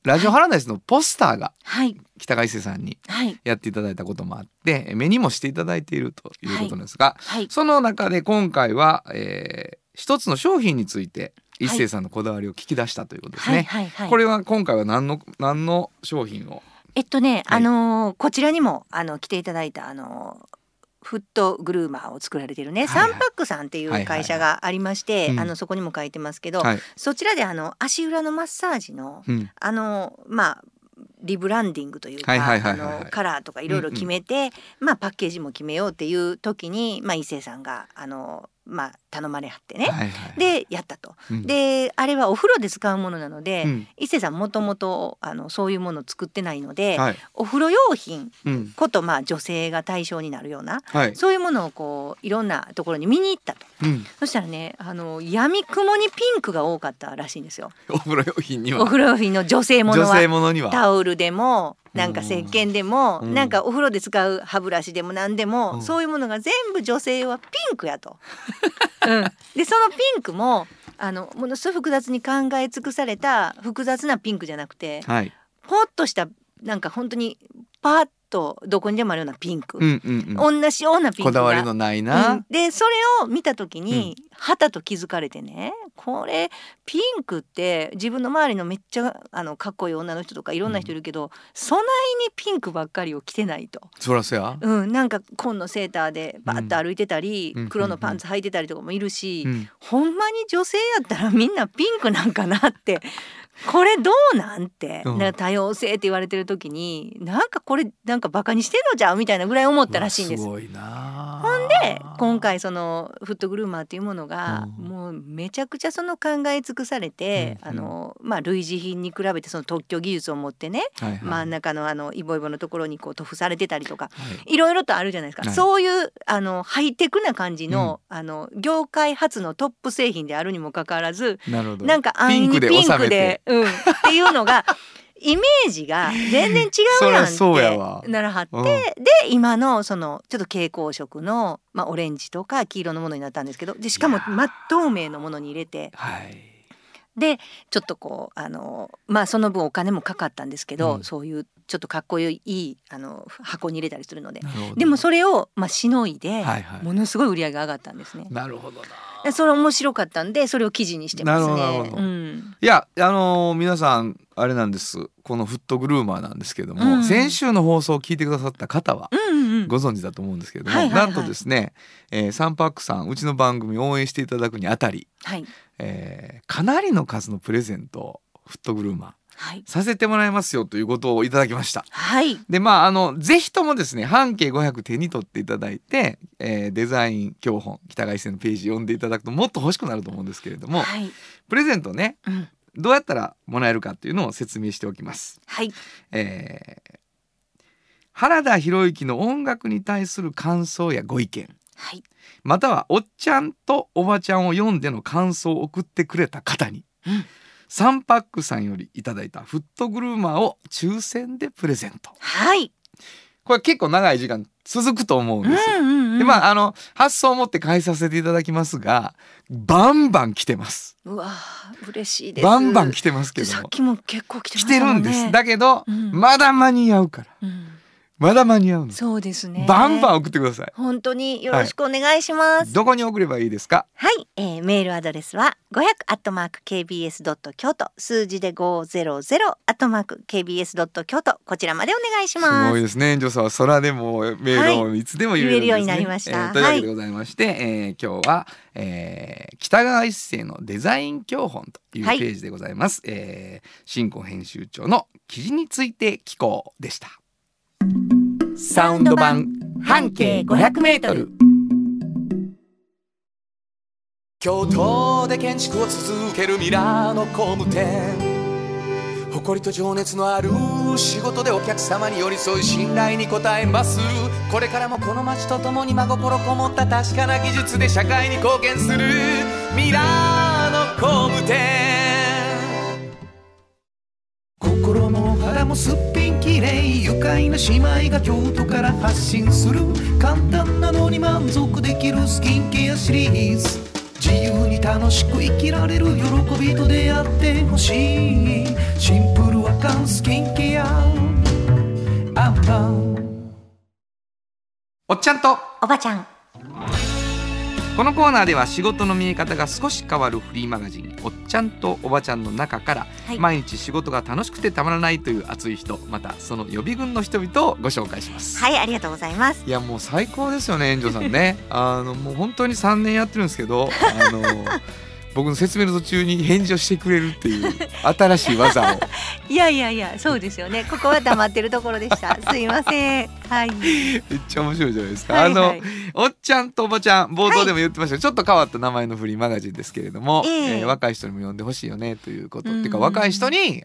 Speaker 2: ラジオハラダイスのポスターが
Speaker 3: はい。
Speaker 2: 北川一生さんに
Speaker 3: はい。
Speaker 2: やっていただいたこともあって目にもしていただいているということなんですが、
Speaker 3: はい。
Speaker 2: その中で今回は、えー一つの商品について一生さんのこだわりを聞き出したということですね。
Speaker 3: はい。はい。はい
Speaker 2: これは今回は何の何の商品を
Speaker 3: えっとね、
Speaker 2: はい
Speaker 3: あのーこちらにもあの来ていただいたあのーフットグルーマーを作られてるね、
Speaker 2: はいはい
Speaker 3: サンパックさんっていう会社がありまして、
Speaker 2: はいはい
Speaker 3: あのそこにも書いてますけど、
Speaker 2: はい、
Speaker 3: そちらであの足裏のマッサージの
Speaker 2: うん、
Speaker 3: あのまあリブランディングというか
Speaker 2: はいはいはい
Speaker 3: あ
Speaker 2: はいはい
Speaker 3: のカラーとかいろいろ決めて、まあ、パッケージも決めようっていう時に、まあ、伊勢さんがあの、まあ、頼まれはってね、
Speaker 2: はいはい、
Speaker 3: でやったと。
Speaker 2: うん、
Speaker 3: であれはお風呂で使うものなので、
Speaker 2: うん
Speaker 3: 伊勢さんもともとあのそういうものを作ってないので、
Speaker 2: はい、
Speaker 3: お風呂用品
Speaker 2: うん、
Speaker 3: ことまあ女性が対象になるような
Speaker 2: はい、
Speaker 3: そういうものをこういろんなところに見に行ったと
Speaker 2: うん、
Speaker 3: そしたらねあの闇雲にピンクが多かったらしいんですよ
Speaker 2: お風呂用品には
Speaker 3: お風呂用品の女性もの
Speaker 2: 女
Speaker 3: は
Speaker 2: 性ものには、
Speaker 3: タオルでもなんか石鹸でも
Speaker 2: うん
Speaker 3: なんかお風呂で使う歯ブラシでも何で
Speaker 2: う
Speaker 3: も
Speaker 2: ん
Speaker 3: そういうものが全部女性はピンクやと。 うん、でそのピンクもあのものすごい複雑に考え尽くされた複雑なピンクじゃなくて
Speaker 2: はい、
Speaker 3: ポッとしたなんか本当にパーッとどこにでもあるようなピンク、
Speaker 2: うんうんうん、
Speaker 3: 同じようなピンク
Speaker 2: こ
Speaker 3: が
Speaker 2: だわりのないな、
Speaker 3: うんでそれを見た時に、はたと気づかれてねこれピンクって自分の周りのめっちゃあのかっこいい女の人とかいろんな人いるけど、そないにピンクばっかりを着てないと。
Speaker 2: そらそや、
Speaker 3: うん、なんか紺のセーターでバーッと歩いてたり、
Speaker 2: うん
Speaker 3: 黒のパンツ履いてたりとかもいるし、
Speaker 2: うん、
Speaker 3: ほんまに女性やったらみんなピンクなんかなって これどうなんて、
Speaker 2: うん
Speaker 3: なんか多様性って言われてる時になんかこれなんかバカにしてんのじゃんみたいなぐらい思ったらしいんです
Speaker 2: う。わすごいな。
Speaker 3: ほんで今回そのフットグルーマーっていうものが
Speaker 2: うん
Speaker 3: もうめちゃくちゃその考え尽くされて、
Speaker 2: うん
Speaker 3: あのまあ、類似品に比べてその特許技術を持ってね、
Speaker 2: はいはい、
Speaker 3: 真ん中のあのイボイボのところにこう塗布されてたりとか。
Speaker 2: はい
Speaker 3: いろいろとあるじゃないですか、
Speaker 2: はい
Speaker 3: そういうあのハイテクな感じの,、あの業界初のトップ製品であるにもかかわらず
Speaker 2: なるほど、
Speaker 3: なんか安易に
Speaker 2: ピンクで
Speaker 3: ピン
Speaker 2: 収め
Speaker 3: クで
Speaker 2: て
Speaker 3: うん、っていうのがいイメージが全然違うやんって
Speaker 6: そりゃそうやわ
Speaker 3: ならはって、
Speaker 6: うん
Speaker 3: で今のそのちょっと蛍光色の、まあ、オレンジとか黄色のものになったんですけどでしかも真っ透明のものに入れて
Speaker 2: はい。
Speaker 3: でちょっとこうあのまあその分お金もかかったんですけど、
Speaker 2: うん
Speaker 3: そういうちょっとかっこいいあの箱に入れたりするので
Speaker 2: なるほど
Speaker 3: でもそれをまあしのいで、
Speaker 2: はいはい
Speaker 3: ものすごい売り上げが上がったんですね。
Speaker 2: なるほどな。
Speaker 3: でそれ面白かったんでそれを記事にしてますね。
Speaker 2: なるほどなるほど
Speaker 3: うん
Speaker 2: いやあのー皆さんあれなんですこのフットグルーマーなんですけども、
Speaker 3: うん
Speaker 2: 先週の放送を聞いてくださった方は
Speaker 3: うんうん
Speaker 2: ご存知だと思うんですけれども、
Speaker 3: はいはいはい
Speaker 2: なんとですね、えーサンパックさんうちの番組を応援していただくにあたり、
Speaker 3: はい
Speaker 2: えーかなりの数のプレゼントをフットグルーマ
Speaker 3: はい
Speaker 2: ーさせてもらいますよということをいただきました。
Speaker 3: はい
Speaker 2: でまああのぜひともですね半径500手に取っていただいて、えーデザイン教本北海線のページ読んでいただくともっと欲しくなると思うんですけれども、
Speaker 3: はい
Speaker 2: プレゼントをね
Speaker 3: うん
Speaker 2: どうやったらもらえるかっていうのを説明しておきます。
Speaker 3: はい
Speaker 2: えー原田博之の音楽に対する感想やご意見
Speaker 3: はい
Speaker 2: またはおっちゃんとおばちゃんを読んでの感想を送ってくれた方に、サンパックさんよりいただいたフットグルーマーを抽選でプレゼント
Speaker 3: はい。
Speaker 2: これ結構長い時間続くと思うんですよ、
Speaker 3: うんうんうん
Speaker 2: でまああの発想を持って返させていただきますがバンバン来てます
Speaker 3: うわー嬉しいです。
Speaker 2: バンバン来てますけど
Speaker 3: さっきも結構来てま
Speaker 2: 来
Speaker 3: してた
Speaker 2: る
Speaker 3: も
Speaker 2: ん
Speaker 3: ん
Speaker 2: で
Speaker 3: ね。
Speaker 2: すだけど、
Speaker 3: うん
Speaker 2: まだ間に合うから
Speaker 3: うん
Speaker 2: まだ間に合うの、
Speaker 3: そうですね。
Speaker 2: バンバン送ってください
Speaker 3: 本当によろしくお願いします。
Speaker 2: どこに送ればいいですか
Speaker 3: はい、えー、メールアドレスは500アットマーク kbs ドット京都数字で500アットマーク kbs ドット京都こちらまでお願いし
Speaker 2: す
Speaker 3: ま
Speaker 2: ごい
Speaker 3: す。
Speaker 2: ですね園長さんは空でもメールをいつでも言える
Speaker 3: 言え
Speaker 2: んです、ね
Speaker 3: るようになりました
Speaker 2: えーというわけでございまして、えー今日は、えー北川一生のデザイン教本というペ
Speaker 3: はい
Speaker 2: ージでございます、えー新婚編集長の記事について寄稿でしたサウンド版半径500メートル
Speaker 4: 京都で建築を続けるミラーの工務店誇りと情熱のある仕事でお客様に寄り添い信頼に応えますこれからもこの街とともに真心こもった確かな技術で社会に貢献するミラーの工務店心も肌もすっぴんきれい愉快な姉妹が京都から発信する簡単なのに満足できるスキンケアシリーズ自由に楽しく生きられる喜びと出会ってほしいシンプルアカンスキンケアアンパン
Speaker 2: おっちゃんと
Speaker 3: おばちゃん、
Speaker 2: このコーナーでは仕事の見え方が少し変わるフリーマガジン「おっちゃんとおばちゃん」の中から、
Speaker 3: はい
Speaker 2: 毎日仕事が楽しくてたまらないという熱い人またその予備軍の人々をご紹介します。
Speaker 3: はいありがとうございます。
Speaker 2: いやもう最高ですよね園長さ んねあのもう本当に3年やってるんですけどあの僕の説明の途中に返事をしてくれるっていう新しい技を
Speaker 3: いやいやいやそうですよね。ここは黙ってるところで した。すいません。はい。
Speaker 2: めっちゃ面白いじゃないですか、
Speaker 3: はいは
Speaker 2: あの
Speaker 3: い。
Speaker 2: おっちゃんとおばちゃん冒頭でも言ってましたけど、ちょっと変わった名前のフリーマガジンですけれども、
Speaker 3: ええ
Speaker 2: えー若い人にも読んでほしいよねということ、
Speaker 3: うん
Speaker 2: っていうか若い人に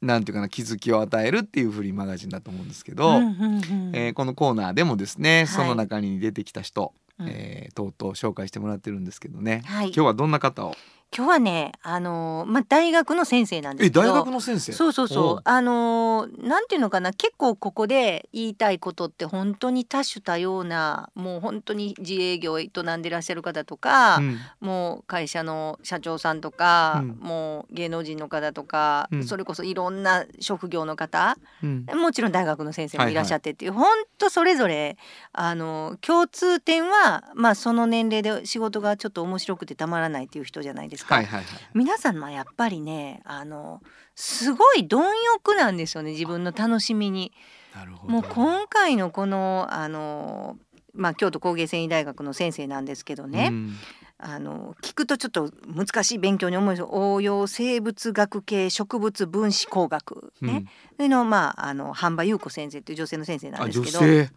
Speaker 2: なんていうかな気づきを与えるっていうフリーマガジンだと思うんですけど、
Speaker 3: うんうんうん
Speaker 2: えーこのコーナーでもですね、
Speaker 3: い
Speaker 2: その中に出てきた人、
Speaker 3: うん
Speaker 2: えーとうとう紹介してもらってるんですけどね、
Speaker 3: はい
Speaker 2: 今日はどんな方を
Speaker 3: 今日はねあのーまあ大学の先生なんです
Speaker 2: え
Speaker 3: けど
Speaker 2: 大学の先生
Speaker 3: そうそう
Speaker 2: お
Speaker 3: そううあのーなんていうのかな結構ここで言いたいことって本当に多種多様なもう本当に自営業を営んでいらっしゃる方とか、
Speaker 2: うん
Speaker 3: もう会社の社長さんとか、
Speaker 2: うん
Speaker 3: もう芸能人の方とか、
Speaker 2: うん
Speaker 3: それこそいろんな職業の方
Speaker 2: うん
Speaker 3: もちろん大学の先生
Speaker 2: はいは
Speaker 3: も
Speaker 2: い
Speaker 3: いらっしゃってっていう、本当それぞれあの共通点は、まあ、その年齢で仕事がちょっと面白くてたまらないっていう人じゃないですか。
Speaker 2: はいはいはい
Speaker 3: 皆さんはやっぱりねあのすごい貪欲なんですよね自分の楽しみに。
Speaker 2: なるほど
Speaker 3: もう今回のこのあの、まあ、京都工芸繊維大学の先生なんですけどね、
Speaker 2: うん
Speaker 3: あの聞くとちょっと難しい勉強に思います応用生物学系植物分子工学
Speaker 2: うん
Speaker 3: ね、というのを、まあ、あの半場優子先生という女性の先生なん
Speaker 2: あ
Speaker 3: です
Speaker 2: 女
Speaker 3: けど。
Speaker 2: 性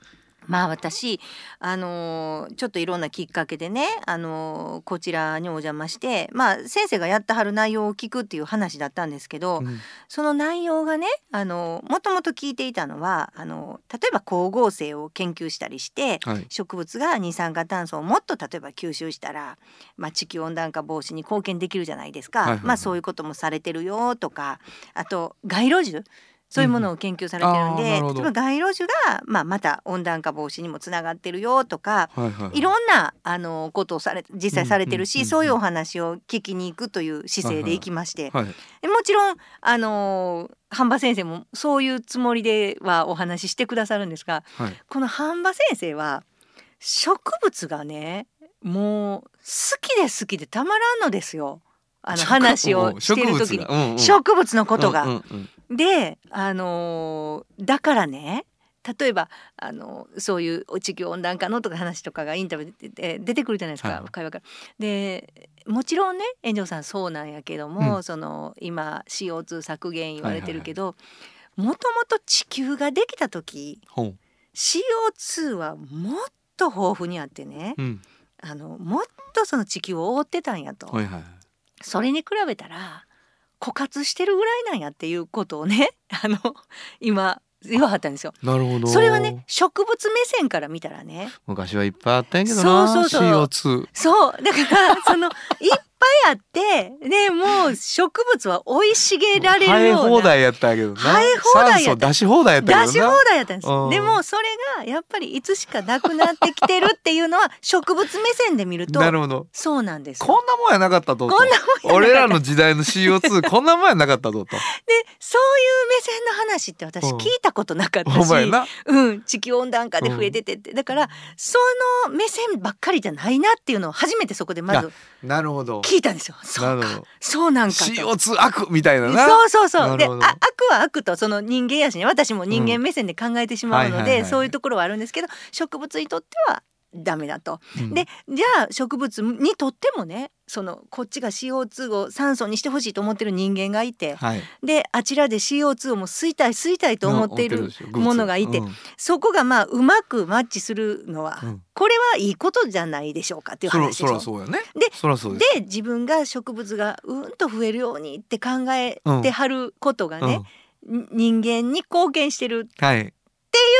Speaker 3: まあ私あのーちょっといろんなきっかけでねあのーこちらにお邪魔してまあ先生がやってはる内容を聞くっていう話だったんですけど、
Speaker 2: うん
Speaker 3: その内容がねあのーもともと聞いていたのはあのー例えば光合成を研究したりして
Speaker 2: はい
Speaker 3: 植物が二酸化炭素をもっと例えば吸収したら、まあ、地球温暖化防止に貢献できるじゃないですか、
Speaker 2: はいはいはい
Speaker 3: まあそういうこともされてるよとかあと街路樹そういうものを研究されてるん
Speaker 2: うん
Speaker 3: で、
Speaker 2: あーなるほど
Speaker 3: 例えば街路樹が、まあ、また温暖化防止にもつながってるよとか
Speaker 2: はいはいはい
Speaker 3: いろんなあのことをされ実際されてるし、
Speaker 2: うんうんうんうん
Speaker 3: そういうお話を聞きに行くという姿勢で行きまして、
Speaker 2: はい
Speaker 3: でもちろんあの半場先生もそういうつもりではお話ししてくださるんですが
Speaker 2: はい
Speaker 3: この半場先生は植物がねもう好きで好きでたまらんのですよあの
Speaker 2: 植
Speaker 3: 話をしてる時に植物のことが。
Speaker 2: うんうんうん
Speaker 3: で、あのーだからね例えば、あのーそういう地球温暖化のとか話とかがインタビューで出てくるじゃないですか、
Speaker 2: はい
Speaker 3: 会話から。でもちろんね炎上さんそうなんやけども、
Speaker 2: う
Speaker 3: その今 CO2 削減言われてるけどもともと地球ができた時
Speaker 2: ほう
Speaker 3: CO2 はもっと豊富にあってね、
Speaker 2: うん
Speaker 3: あのもっとその地球を覆ってたんやと、
Speaker 2: はいはい
Speaker 3: それに比べたら枯渇してるぐらいなんやっていうことをね あの今言わはったんですよ。
Speaker 2: なるほど
Speaker 3: それはね植物目線から見たらね
Speaker 2: 昔はいっぱいあったんやけどな
Speaker 3: そうそうそう
Speaker 2: CO2
Speaker 3: そうだから そのいっぱいあってでもう植物は生い茂られ
Speaker 2: 生
Speaker 3: る
Speaker 2: え
Speaker 3: よう
Speaker 2: 放
Speaker 3: な
Speaker 2: 題やったんやけどな
Speaker 3: 生え放題や
Speaker 2: 酸
Speaker 3: っ
Speaker 2: 素
Speaker 3: た
Speaker 2: 出し放題やっ
Speaker 3: 出
Speaker 2: たけ
Speaker 3: し
Speaker 2: ど
Speaker 3: 放
Speaker 2: な
Speaker 3: 題やったんです
Speaker 2: うん
Speaker 3: でもそれがやっぱりいつしかなくなってきてるっていうのは植物目線で見ると
Speaker 2: なるほど
Speaker 3: そうなんですよ
Speaker 2: こんなもんやなかったぞと
Speaker 3: こんなもんやなかった
Speaker 2: 俺らの時代 の CO2 こんなもんやなかったぞと
Speaker 3: でそういう目線の話って私
Speaker 2: うん
Speaker 3: 聞いたことなかった
Speaker 2: お
Speaker 3: し、
Speaker 2: 前な
Speaker 3: うん、地球温暖化で増えててって、だからその目線ばっかりじゃないなっていうのを初めてそこでまず
Speaker 2: なるほど
Speaker 3: 聞いたんですよ。そう
Speaker 2: なるほ
Speaker 3: か
Speaker 2: ど
Speaker 3: そうなんかと
Speaker 2: CO2 悪みたいなな
Speaker 3: そうそうそう
Speaker 2: な
Speaker 3: で
Speaker 2: る
Speaker 3: あ
Speaker 2: ほど
Speaker 3: 悪は悪とその人間やしね私も人間目線で考えてしまう
Speaker 2: うん
Speaker 3: の
Speaker 2: はいはい
Speaker 3: で
Speaker 2: はい
Speaker 3: そういうところはあるんですけど植物にとってはダメだと。
Speaker 2: うん
Speaker 3: でじゃあ植物にとってもねそのこっちが CO2 を酸素にしてほしいと思ってる人間がいて
Speaker 2: はい
Speaker 3: であちらで CO2 をもう吸いたい吸いたいと思ってい
Speaker 2: 思
Speaker 3: る
Speaker 2: でしょ
Speaker 3: ものがいて
Speaker 2: うん
Speaker 3: そこがまあうまくマッチするのは、
Speaker 2: うん
Speaker 3: これはいいことじゃないでしょうかっていう
Speaker 2: そら
Speaker 3: 話でし
Speaker 2: そら
Speaker 3: ょ。
Speaker 2: そうやね
Speaker 3: で
Speaker 2: そらそうです
Speaker 3: で自分が植物がうんと増えるようにって考えてはることがね、人間に貢献してるっていう
Speaker 2: うんはい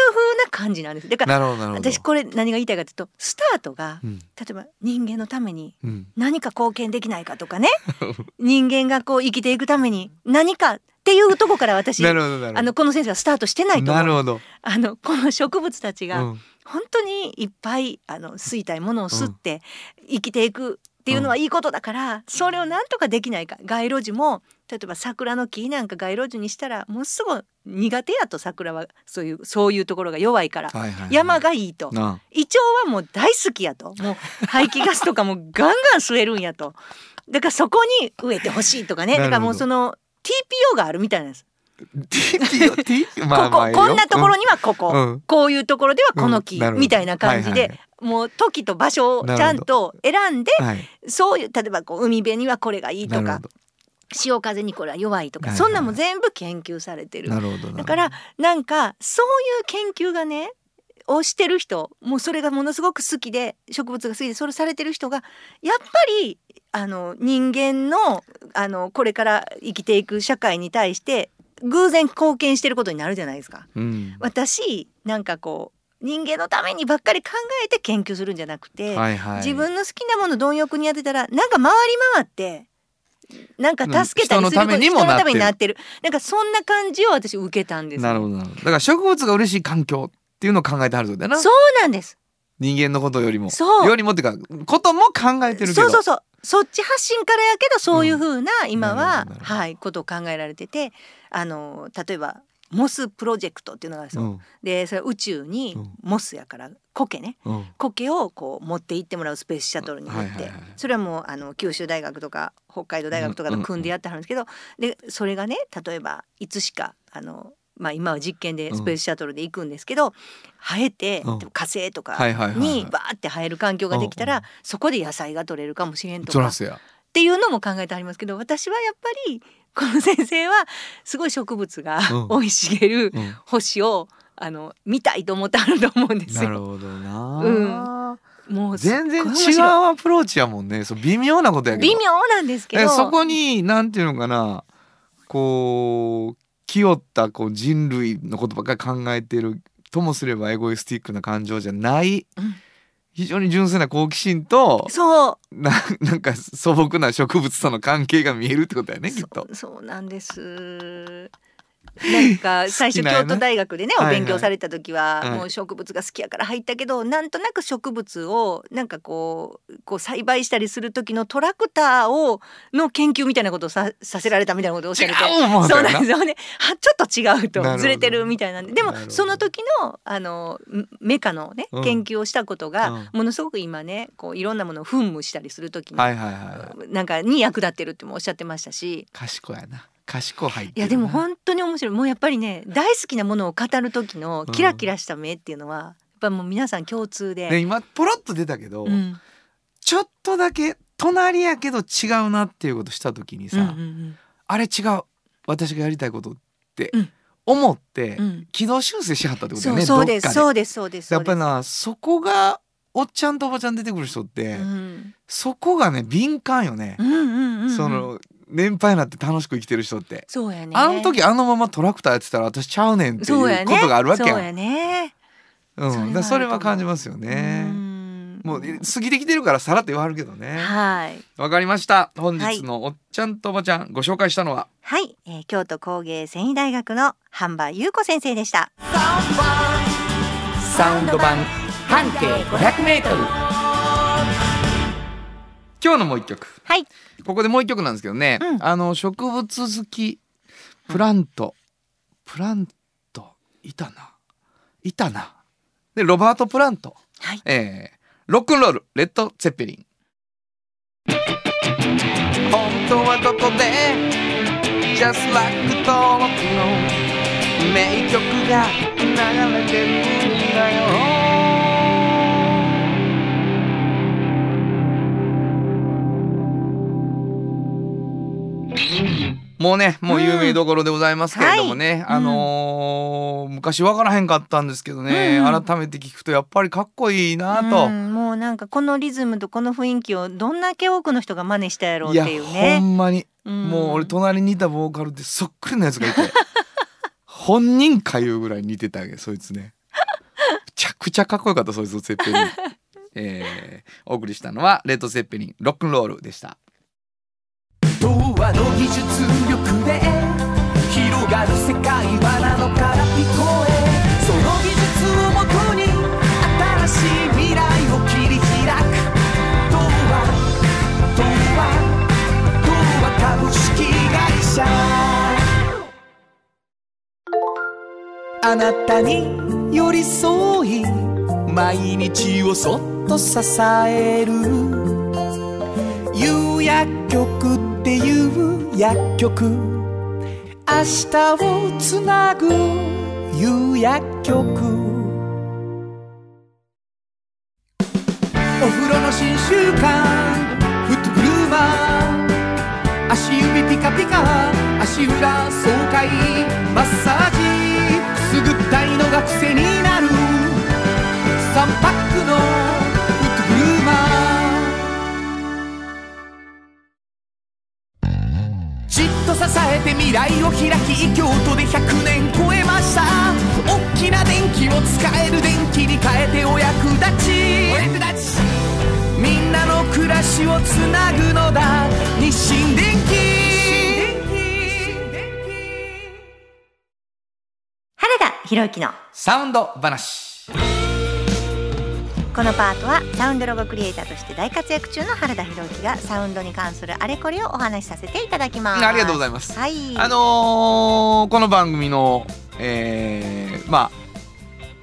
Speaker 3: 風な感じなんです。だから
Speaker 2: なるほどなるほど
Speaker 3: 私これ何が言いたいかというとスタートが
Speaker 2: うん
Speaker 3: 例えば人間のために
Speaker 2: うん
Speaker 3: 何か貢献できないかとかね 人間がこう生きていくために何かっていうとこから私
Speaker 2: な
Speaker 3: あ
Speaker 2: るほどなるほど
Speaker 3: のこの先生はスタートしてないと
Speaker 2: なる
Speaker 3: 思う
Speaker 2: ほど
Speaker 3: あのこの植物たち
Speaker 2: う
Speaker 3: が、
Speaker 2: ん
Speaker 3: 本当にいっぱいあの吸いたいものを吸って生きていくっていうのはいいことだから、それをなんとかできないか街路樹も例えば桜の木なんか街路樹にしたらもうすぐ苦手やと桜はそういうそういうところが弱いから。
Speaker 2: はいはいはい
Speaker 3: 山がいいと
Speaker 2: な
Speaker 3: イチョウはもう大好きやともう排気ガスとかもガンガン吸えるんやとだからそこに植えてほしいとかねだ
Speaker 2: なる
Speaker 3: か
Speaker 2: ほど
Speaker 3: らもうその TPO があるみたいなんです、
Speaker 2: TPO TPO まあまあ
Speaker 3: こここんなところ
Speaker 2: に
Speaker 3: にはここ、
Speaker 2: うん
Speaker 3: こういうところではこの木、
Speaker 2: うんなるほど
Speaker 3: みたいな感じで、
Speaker 2: はいはい
Speaker 3: もう時と場所をちゃんと選んで
Speaker 2: うんはい
Speaker 3: そういう例えばこう海辺にはこれがいいと
Speaker 2: なるほ
Speaker 3: か
Speaker 2: ど
Speaker 3: 潮風にこれは弱いとか、
Speaker 2: はいはい
Speaker 3: そんなんも全部研究されてる
Speaker 2: なるほどなるほど
Speaker 3: だからなんかそういう研究がねをしてる人もうそれがものすごく好きで植物が好きでそれされてる人がやっぱりあの人間のあのこれから生きていく社会に対して偶然貢献してることになるじゃないですか。
Speaker 2: うん
Speaker 3: 私なんかこう人間のためにばっかり考えて研究するんじゃなくて、
Speaker 2: はいはい
Speaker 3: 自分の好きなもの貪欲にやってたらなんか回り回ってなんか助けたりすること
Speaker 2: 人のためにもな
Speaker 3: 人
Speaker 2: ってる
Speaker 3: のためになってるなんかそんな感じを私受けたんです
Speaker 2: なるほどなるほどだから植物が嬉しい環境っていうのを考えてはるそうだよな
Speaker 3: そうなんです
Speaker 2: 人間のことよりも
Speaker 3: そう
Speaker 2: よりもっていうかことも考えてるけ
Speaker 3: そ
Speaker 2: ど
Speaker 3: うそうそうそっち発信からやけどそういうふうな今は、
Speaker 2: なるほどなるほど
Speaker 3: はいことを考えられててあの例えばモスプロジェクトっていうのがあるんですよ、
Speaker 2: うん
Speaker 3: でそれは宇宙に
Speaker 2: うん
Speaker 3: モスやから苔ね
Speaker 2: うん
Speaker 3: 苔をこう持って行ってもらうスペースシャトルに乗っ
Speaker 2: はい
Speaker 3: て
Speaker 2: はいはい
Speaker 3: それはもうあの九州大学とか北海道大学とかと組んでやってはるんですけどでそれがね例えばいつしかあの、まあ、今は実験でスペースシャトルで行くんですけど生えて
Speaker 2: うん
Speaker 3: でも火星とか
Speaker 2: はいはいはいはい
Speaker 3: にバーって生える環境ができた
Speaker 2: う
Speaker 3: らそこで野菜が取れるかもしれんと
Speaker 2: そ
Speaker 3: からっ
Speaker 2: そや
Speaker 3: ていうのも考えてありますけど私はやっぱりこの先生はすごい植物が
Speaker 2: うん
Speaker 3: 生い茂る
Speaker 2: うん
Speaker 3: 星をあの見たいと思ってあると思うんです
Speaker 2: なる
Speaker 3: よ。
Speaker 2: ほどな、
Speaker 3: もうすっ
Speaker 2: 全然
Speaker 3: ごい面
Speaker 2: 違う
Speaker 3: 白い
Speaker 2: アプローチやもんねそう微妙なことやけど
Speaker 3: 微妙なんですけ
Speaker 2: え
Speaker 3: ど。
Speaker 2: そこになんていうのかなこう清ったこう人類のことばっかり考えてるともすればエゴイスティックな感情じゃない、
Speaker 3: うん
Speaker 2: 非常に純粋な好奇心と
Speaker 3: そう
Speaker 2: な なんか素朴な植物との関係が見えるってことやねきっと。
Speaker 3: そうそうなんです。なんか最初
Speaker 2: 好きなんや
Speaker 3: 京
Speaker 2: な
Speaker 3: 都大学でねお
Speaker 2: はいはい
Speaker 3: 勉強された時は
Speaker 2: はい
Speaker 3: もう植物が好きやから入ったけどなんとなく植物をなんかこうこう栽培したりする時のトラクターをの研究みたいなことをささせられたみたいなことをおっしゃ
Speaker 2: 違
Speaker 3: られ
Speaker 2: う
Speaker 3: て
Speaker 2: 思う
Speaker 3: そ
Speaker 2: た
Speaker 3: う
Speaker 2: よ
Speaker 3: なん
Speaker 2: な
Speaker 3: ですよね。はちょっと違う
Speaker 2: なるほ
Speaker 3: と
Speaker 2: ど
Speaker 3: ずれてるみたいなんで、でも
Speaker 2: なるほど
Speaker 3: その時のあのんメカのね
Speaker 2: うん
Speaker 3: 研究をしたこと
Speaker 2: うん
Speaker 3: がものすごく今ねこういろんなものを噴霧したりする時
Speaker 2: は
Speaker 3: に
Speaker 2: いはいはいはい
Speaker 3: なんかに役立ってるってもおっしゃってましたし。
Speaker 2: 賢やな賢入ってるない
Speaker 3: やでも本当に面白いもうやっぱりね大好きなものを語る時のキラキラした目っていうのは、やっぱもう皆さん共通で、
Speaker 2: ね今ポロッと出たけど、
Speaker 3: うん
Speaker 2: ちょっとだけ隣やけど違うなっていうことした時にさ、
Speaker 3: うんうん
Speaker 2: あれ違う私がやりたいことって
Speaker 3: うん
Speaker 2: 思って
Speaker 3: うんうん
Speaker 2: 軌道修正しはったってこと
Speaker 3: そ
Speaker 2: よ
Speaker 3: う
Speaker 2: ね、
Speaker 3: そう
Speaker 2: どっ
Speaker 3: で
Speaker 2: か
Speaker 3: す
Speaker 2: で
Speaker 3: そうですそうです
Speaker 2: や
Speaker 3: そ
Speaker 2: っ
Speaker 3: う
Speaker 2: ぱ
Speaker 3: です
Speaker 2: りなそこがおっちゃんとおばちゃん出てくる人って、
Speaker 3: うん
Speaker 2: そこがね敏感よね
Speaker 3: う、んうんうんうん
Speaker 2: その年配になって楽しく生きてる人って、
Speaker 3: そうやね
Speaker 2: あの時あのままトラクターやってたら私ちゃうねんってい
Speaker 3: そうやね
Speaker 2: うことがあるわけやん
Speaker 3: そうやね
Speaker 2: うん、
Speaker 3: それはあると思う
Speaker 2: だからそれは感じますよね、
Speaker 3: うん
Speaker 2: もうえ過ぎてきてるからさらって言わはるけどね
Speaker 3: はい
Speaker 2: わかりました本日のおっちゃんとおばちゃんご紹介したのは
Speaker 3: はい、えー京都工芸繊維大学の半場優子先生でした
Speaker 7: サウンド版半径 500m 今日のもう一曲
Speaker 3: はい
Speaker 2: ここでもう一曲なんですけどね、
Speaker 3: うん
Speaker 2: あの植物好きプラント、プラントいたないたなでロバート・プラント、
Speaker 3: はい
Speaker 2: えーロックンロールレッド・ゼッペリン本当はここで Just like 登録の名曲が流れてるんだよもうね、もう有名どころでございますけれどもね、
Speaker 3: はい
Speaker 2: あのー昔わからへんかったんですけどね、
Speaker 3: うんうん
Speaker 2: 改めて聞くとやっぱりかっこいいな
Speaker 3: う
Speaker 2: と、
Speaker 3: んもうなんかこのリズムとこの雰囲気をどんだけ多くの人が真似したやろう
Speaker 2: いや
Speaker 3: っていう
Speaker 2: ほ
Speaker 3: ね
Speaker 2: んまに、
Speaker 3: ん
Speaker 2: もう俺隣にいたボーカルでそっくりなやつがいて本人かいうぐらい似てたわけそいつねめちゃくちゃかっこよかったそいつのセッペリン、えーお送りしたのは「レッド・セッペリンロックンロール」でした。
Speaker 4: 童話の技術力で広がる世界はなのから聞こえその技術をもとに新しい未来を切り開く童話童話童話株式会社あなたに寄り添い毎日をそっと支える有薬局っていう薬局明日をつなぐ有薬局お風呂の新習慣フットグルーマー足指ピカピカ足裏爽快マッサージくすぐったいのが癖になる3パックのフットグルーマーじっと支えて未来を開き京都で100年超えました大きな電気を使える電気に変えてお役立ちみんなの暮らしをつなぐのだ日清電気
Speaker 3: 原田博之の
Speaker 2: サウンド話
Speaker 3: このパートはサウンドロゴクリエイターとして大活躍中の原田博之がサウンドに関するあれこれをお話しさせていただきます
Speaker 2: ありがとうございます
Speaker 3: はい
Speaker 2: あのーこの番組の、えーまあ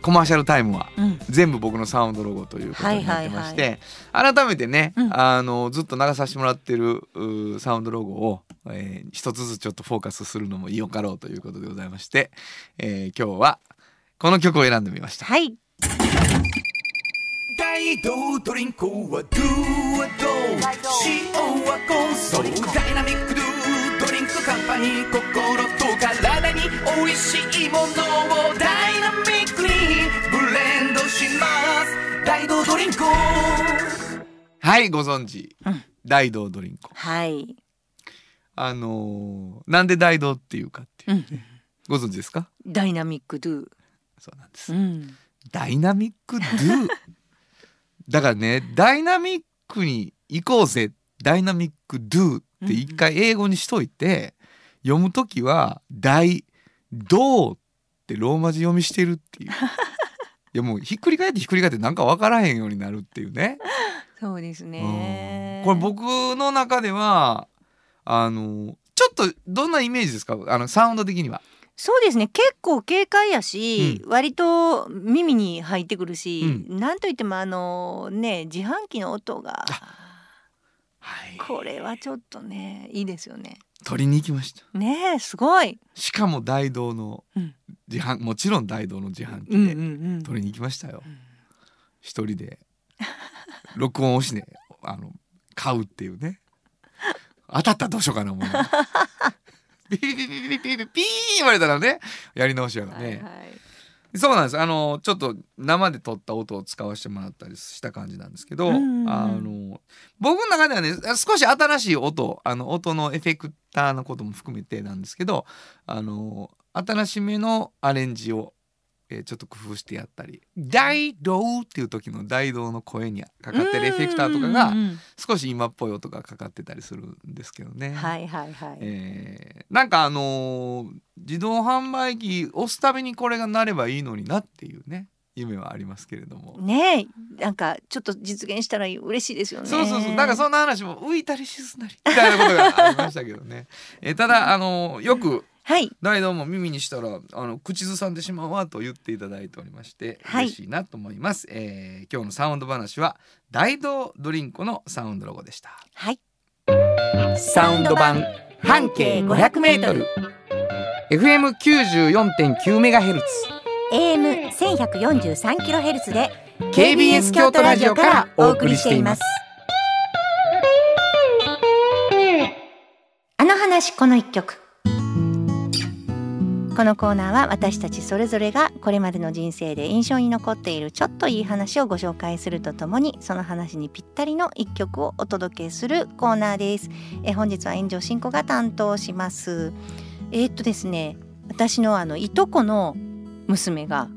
Speaker 2: コマーシャルタイムは
Speaker 3: うん
Speaker 2: 全部僕のサウンドロゴということになってまして、改めてね、
Speaker 3: うん
Speaker 2: あのずっと流させてもらってるうーサウンドロゴを、えー一つずつちょっとフォーカスするのもよかろうということでございまして、えー今日はこの曲を選んでみました。
Speaker 3: はい
Speaker 4: 大道ドリンクはドゥはドー塩はコンソールダイナミックドゥドリンクカンパニー心と体に美味しいものをダイナミックます大道ドリンク
Speaker 2: はいご存知、
Speaker 3: うん
Speaker 2: 大道ドリンコ
Speaker 3: はい。
Speaker 2: あのーなんで大道っていうかっていう、
Speaker 3: うん
Speaker 2: ご存知ですか
Speaker 3: ダイナミックドゥ。
Speaker 2: そうなんです、
Speaker 3: うん。
Speaker 2: ダイナミックドゥだからねダイナミックに行こうぜダイナミックドゥって一回英語にしといて、読むときは大道ってローマ字読みしてるっていういやもうひっくり返ってひっくり返ってなんか分からへんようになるっていうね
Speaker 3: そうです
Speaker 2: うん
Speaker 3: ね。
Speaker 2: これ僕の中ではあのちょっとどんなイメージですかあのサウンド的には。
Speaker 3: そうですね結構軽快やし、割と耳に入ってくるし、なんといってもあのね自販機の音が
Speaker 2: はい、
Speaker 3: これはちょっとねいいですよね。
Speaker 2: 取りに行きました
Speaker 3: ねえすごい。
Speaker 2: しかも大道の
Speaker 3: うん
Speaker 2: 自販、もちろん大道の自
Speaker 3: うんう
Speaker 2: 販
Speaker 3: ん
Speaker 2: 機で
Speaker 3: うん。
Speaker 2: 取りに行きましたよ、一人で 録音をしてあの買うっていうね当たったらどうしようかなもう ピリピリピリピリピー言われたらねやり直しやからね、
Speaker 3: はいはい。
Speaker 2: そうなんですあのちょっと生で撮った音を使わせてもらったりした感じなんですけど、
Speaker 3: うんうんうん
Speaker 2: あの僕の中ではね少し新しい音あの音のエフェクターのことも含めてなんですけどあの新しめのアレンジを、えーちょっと工夫してやったり「大道」っていう時の大道の声にかかってるエフェクターとか
Speaker 3: う
Speaker 2: が
Speaker 3: んうんうん
Speaker 2: 少し今っぽい音がかかってたりするんですけどね。
Speaker 3: はいはいはい。
Speaker 2: えーなんかあのー自動販売機押すたびにこれがなればいいのになっていうね夢はありますけれども、
Speaker 3: ねえなんかちょっと実現したら嬉しいですよね。
Speaker 2: そうそうそうなんかそんな話も浮いたり沈んだりみたいなことがありましたけどね、 えーただあのーよく
Speaker 3: はい
Speaker 2: 大道も耳にしたらあの口ずさんでしまうわと言っていただいておりまして、
Speaker 3: はい
Speaker 2: 嬉しいなと思います、えー今日のサウンド話は大道ドリンコのサウンドロゴでした
Speaker 3: はい。
Speaker 2: サウンド版半径 500m FM94.9 メガヘルツ
Speaker 8: AM 1143キロヘルツで
Speaker 2: KBS 京都ラジオからお送りしています。
Speaker 8: あの話この一曲。
Speaker 3: このコーナーは私たちそれぞれがこれまでの人生で印象に残っているちょっといい話をご紹介するとともにその話にぴったりの一曲をお届けするコーナーですえー本日は炎上進行が担当しますえーっとですね私のあのいとこの娘が、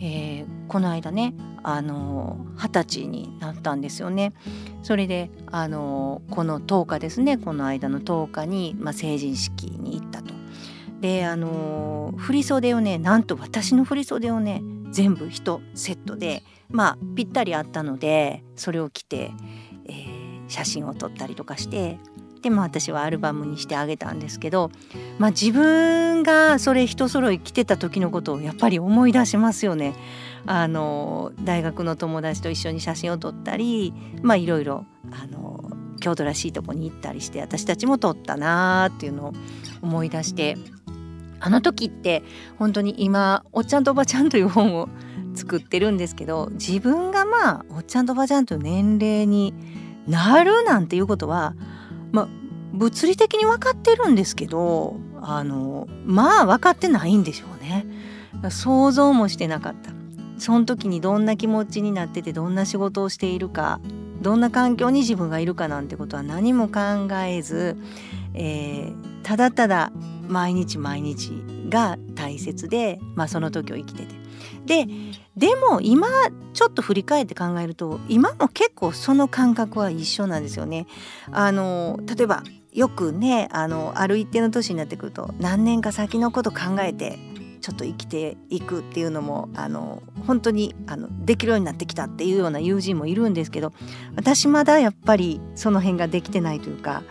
Speaker 3: えーこの間ねあのー二十歳になったんですよねそれであのーこの10日ですねこの間の10日に、まあ、成人式に行ったと。であのー振り袖をねなんと私の振り袖をね全部一セットでまあぴったりあったのでそれを着て、えー写真を撮ったりとかしてでまあ私はアルバムにしてあげたんですけど、まあ、自分がそれ一揃い着てた時のことをやっぱり思い出しますよね。あのー大学の友達と一緒に写真を撮ったりまあいろいろあのー京都らしいとこに行ったりして私たちも撮ったなーっていうのを思い出してあの時って本当に今「おっちゃんとおばちゃん」という本を作ってるんですけど自分がまあおっちゃんとおばちゃんという年齢になるなんていうことはまあ物理的に分かってるんですけどあのまあ分かってないんでしょうね。想像もしてなかった。その時にどんな気持ちになっててどんな仕事をしているかどんな環境に自分がいるかなんてことは何も考えず、えーただただ毎日毎日が大切で、まあ、その時を生きてて。ででも今ちょっと振り返って考えると今も結構その感覚は一緒なんですよね。あの例えばよくねあのある一定の年になってくると何年か先のこと考えてちょっと生きていくっていうのもあの本当にあのできるようになってきたっていうような友人もいるんですけど私まだやっぱりその辺ができてないというか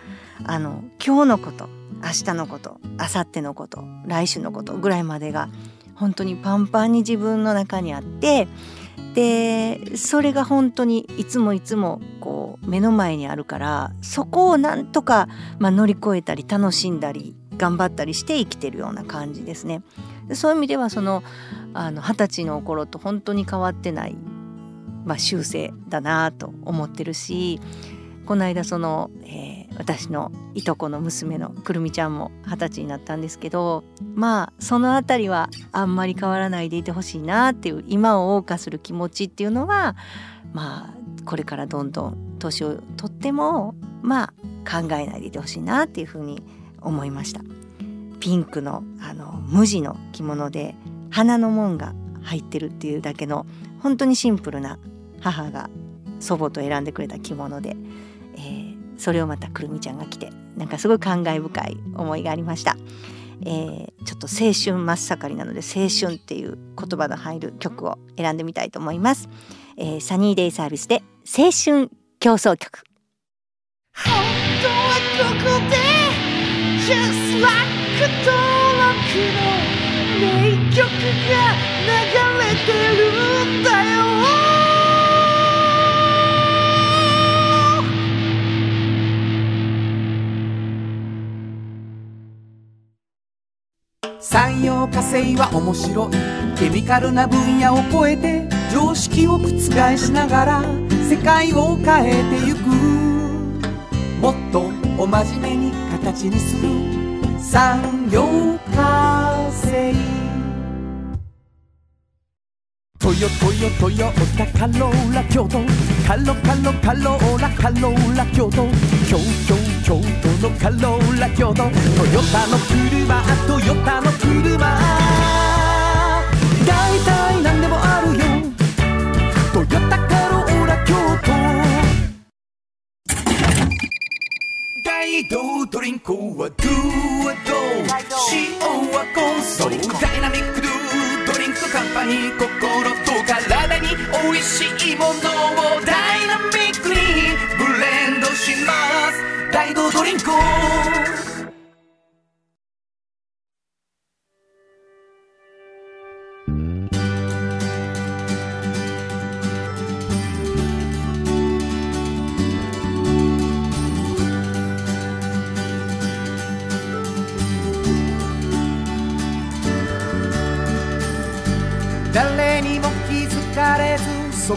Speaker 3: あの今日のこと明日のこと明後日のこと来週のことぐらいまでが本当にパンパンに自分の中にあってでそれが本当にいつもいつもこう目の前にあるからそこをなんとか、まあ、乗り越えたり楽しんだり頑張ったりして生きてるような感じですね。でそういう意味ではそのあの二十歳の頃と本当に変わってない、まあ、修正だなと思ってるしこの間その、えー私のいとこの娘のくるみちゃんも二十歳になったんですけどまあそのあたりはあんまり変わらないでいてほしいなっていう今を謳歌する気持ちっていうのはまあこれからどんどん年をとってもまあ考えないでいてほしいなっていうふうに思いました。ピンクのあの無地の着物で花の紋が入ってるっていうだけの本当にシンプルな母が祖母と選んでくれた着物で、えーそれをまたくるみちゃんが着てなんかすごい感慨深い思いがありました、えーちょっと青春真っ盛りなので青春っていう言葉の入る曲を選んでみたいと思います、えーサニーデイサービスで青春競争曲
Speaker 4: 産業化成は面白いケミカルな分野を超えて常識を覆しながら世界を変えてゆくもっとお真面目に形にする産業化成トヨトヨトヨタカローラ京都カロカロカローラカローラ京都京京京都のカローラ京都トヨタの車トヨタの車大体何でもあるよトヨタカローラ京都大道ドリンクはドゥはドゥ塩はコンソダイナミックドゥドリンクカンパニー心と体に美味しいものをダイナミックにブレンドします大道ドリンク誰にも気づかれずそ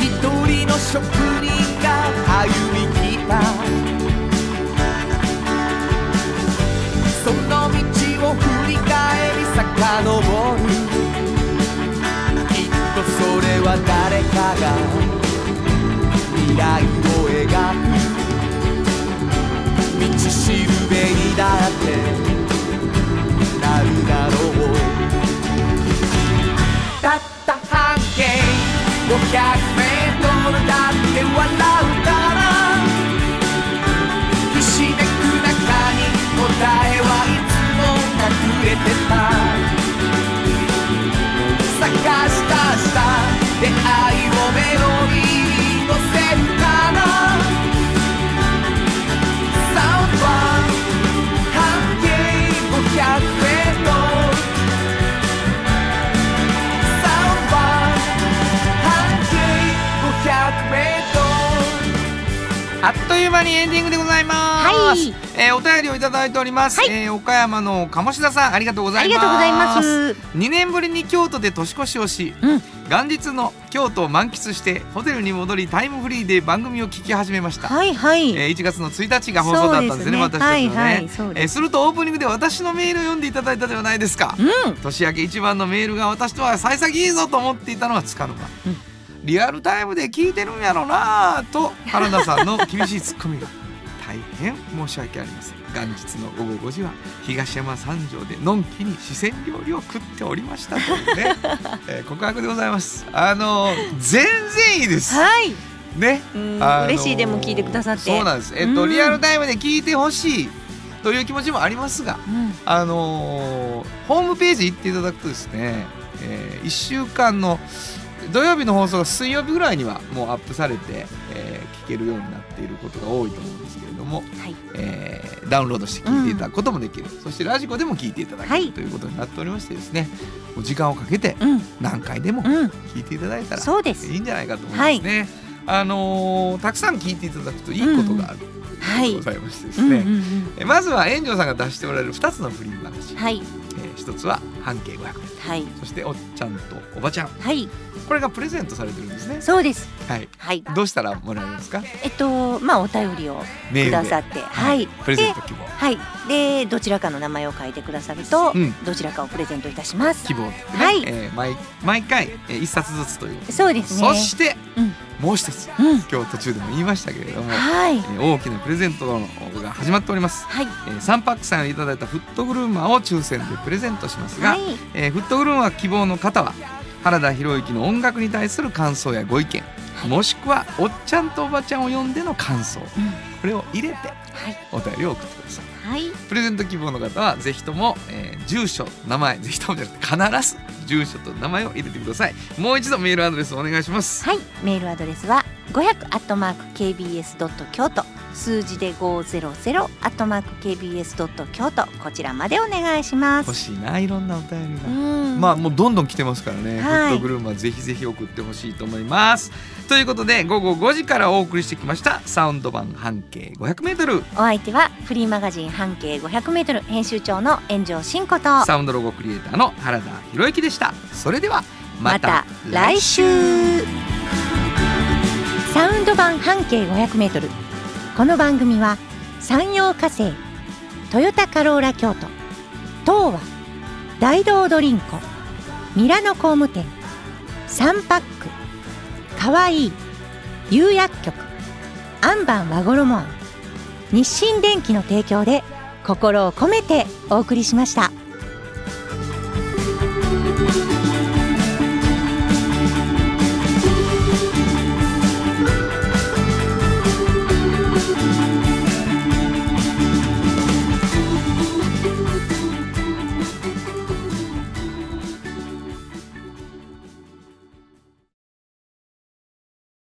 Speaker 4: 一人の職人が歩み来たその道を振り返り遡るきっとそれは誰かが未来を描く道しるべにだってなるだろうたった半径500メートルだって笑うからひしめく中に答えはいつも隠れてた探したした出会いをメロディーに乗せるから Sound 半径500メートルサウンド版半径500メー
Speaker 2: あっという間にエンディングでございま
Speaker 9: は
Speaker 2: す。
Speaker 9: い
Speaker 2: えーお便りをいただいております。
Speaker 9: はい
Speaker 2: えー岡山の鴨志田さん、ありがとうござ
Speaker 9: あ
Speaker 2: い
Speaker 9: り
Speaker 2: ます。
Speaker 9: がとうございます。
Speaker 2: 2年ぶりに京都で年越しをし、
Speaker 9: うん
Speaker 2: 元日の京都を満喫してホテルに戻りタイムフリーで番組を聞き始めました、
Speaker 3: はいはい
Speaker 2: えー1月の1日が放送だったんですね私たちのね、
Speaker 3: はいはいそう
Speaker 2: えー
Speaker 3: です、
Speaker 2: するとオープニングで私のメールを読んでいただいたではないですか、年明け一番のメールが私とは幸先いいぞと思っていたのはつかの間、リアルタイムで聞いてるんやろなぁと原田さんの厳しいツッコミが大変申し訳ありません元日の午後5時は東山三条でのんきに四川料理を食っておりましたとい うね、えー告白でございますあの全然いいです
Speaker 3: はい
Speaker 2: ね
Speaker 3: うん
Speaker 2: あのー
Speaker 3: 嬉しいでも聞いてくださって
Speaker 2: そうなんですえっと、
Speaker 3: うん
Speaker 2: リアルタイムで聞いてほしいという気持ちもありますが、
Speaker 3: ん
Speaker 2: あのーホームページ行っていただくとですね、え1週間の土曜日の放送が水曜日ぐらいにはもうアップされて、えー聞けるようになっていることが多いと思うんですけれども、
Speaker 3: はい
Speaker 2: えーダウンロードして聞いていただくこともできる、そしてラジコでも聞いていただける、
Speaker 3: はい
Speaker 2: ということになっておりましてですねお時間をかけて
Speaker 3: うん
Speaker 2: 何回でも
Speaker 3: うん
Speaker 2: 聞いていただいたら
Speaker 3: そうです
Speaker 2: いいんじゃないかと思いますね。あのーたくさん聞いていただくといいことがあるということでございましてです
Speaker 3: うん
Speaker 2: ね、
Speaker 3: うんうん
Speaker 2: えまずは炎上さんが出しておられる2つの不倫話、
Speaker 3: はい
Speaker 2: えー、1つは半径500円
Speaker 3: はい
Speaker 2: そしておっちゃんとおばちゃん
Speaker 3: はい
Speaker 2: これがプレゼントされてるんですね
Speaker 3: そうです
Speaker 2: はい
Speaker 3: はい
Speaker 2: どうしたらもらえるんですか
Speaker 3: えっとまあお便りを
Speaker 2: メー
Speaker 3: く
Speaker 2: ル
Speaker 3: だ
Speaker 2: で
Speaker 3: さってはい
Speaker 2: プレゼント希望
Speaker 3: はいでどちらかの名前を書いてくださると、
Speaker 2: うん
Speaker 3: どちらかをプレゼントいたします
Speaker 2: 希望ってね、
Speaker 3: はい
Speaker 2: えー毎毎回、えー、1冊ずつということ
Speaker 3: そうですね
Speaker 2: そして、
Speaker 3: うん
Speaker 2: もう一つ
Speaker 3: うん
Speaker 2: 今日途中でも言いましたけれども、
Speaker 3: はい
Speaker 2: えー大きなプレゼントが始まっております、
Speaker 3: はい
Speaker 2: えー、3パックさんをいただいたフットグルーマーを抽選でプレゼントしますが、
Speaker 3: はい
Speaker 2: えーフットグルーマー希望の方は原田博之の音楽に対する感想やご意見もしくはおっちゃんとおばちゃんを呼んでの感想、これを入れて
Speaker 3: はい
Speaker 2: お便りを送ってください
Speaker 3: はい
Speaker 2: プレゼント希望の方はぜひとも、えー住所名前ぜひともじゃなくて必ず住所と名前を入れてくださいもう一度メールアドレスお願いします
Speaker 3: はい、メールアドレスは五百アットマーク kbs ドット京都、数字で五ゼロゼロアットマーク kbs ドット京都こちらまでお願いしま
Speaker 2: 欲
Speaker 3: す。
Speaker 2: しいないろんなお便りが、
Speaker 3: うん
Speaker 2: まあもうどんどん来てますからね、
Speaker 3: はい
Speaker 2: フットグルームはぜひぜひ送ってほしいと思いますということで午後5時からお送りしてきましたサウンド版半径 500m
Speaker 3: お相手はフリーマガジン半径5 0 0メートル編集長の炎上真子と
Speaker 2: サウンドロゴクリエイターの原田博之でしたそれではま
Speaker 3: ま
Speaker 2: た
Speaker 3: た来週サウンド版半径5 0 0メートルこの番組は山陽火星トヨタカローラ京都東和大道ドリンコミラノ工務店サンパックかわいい釉薬局アンバン和衣庵日清電機の提供で心を込めてお送りしました。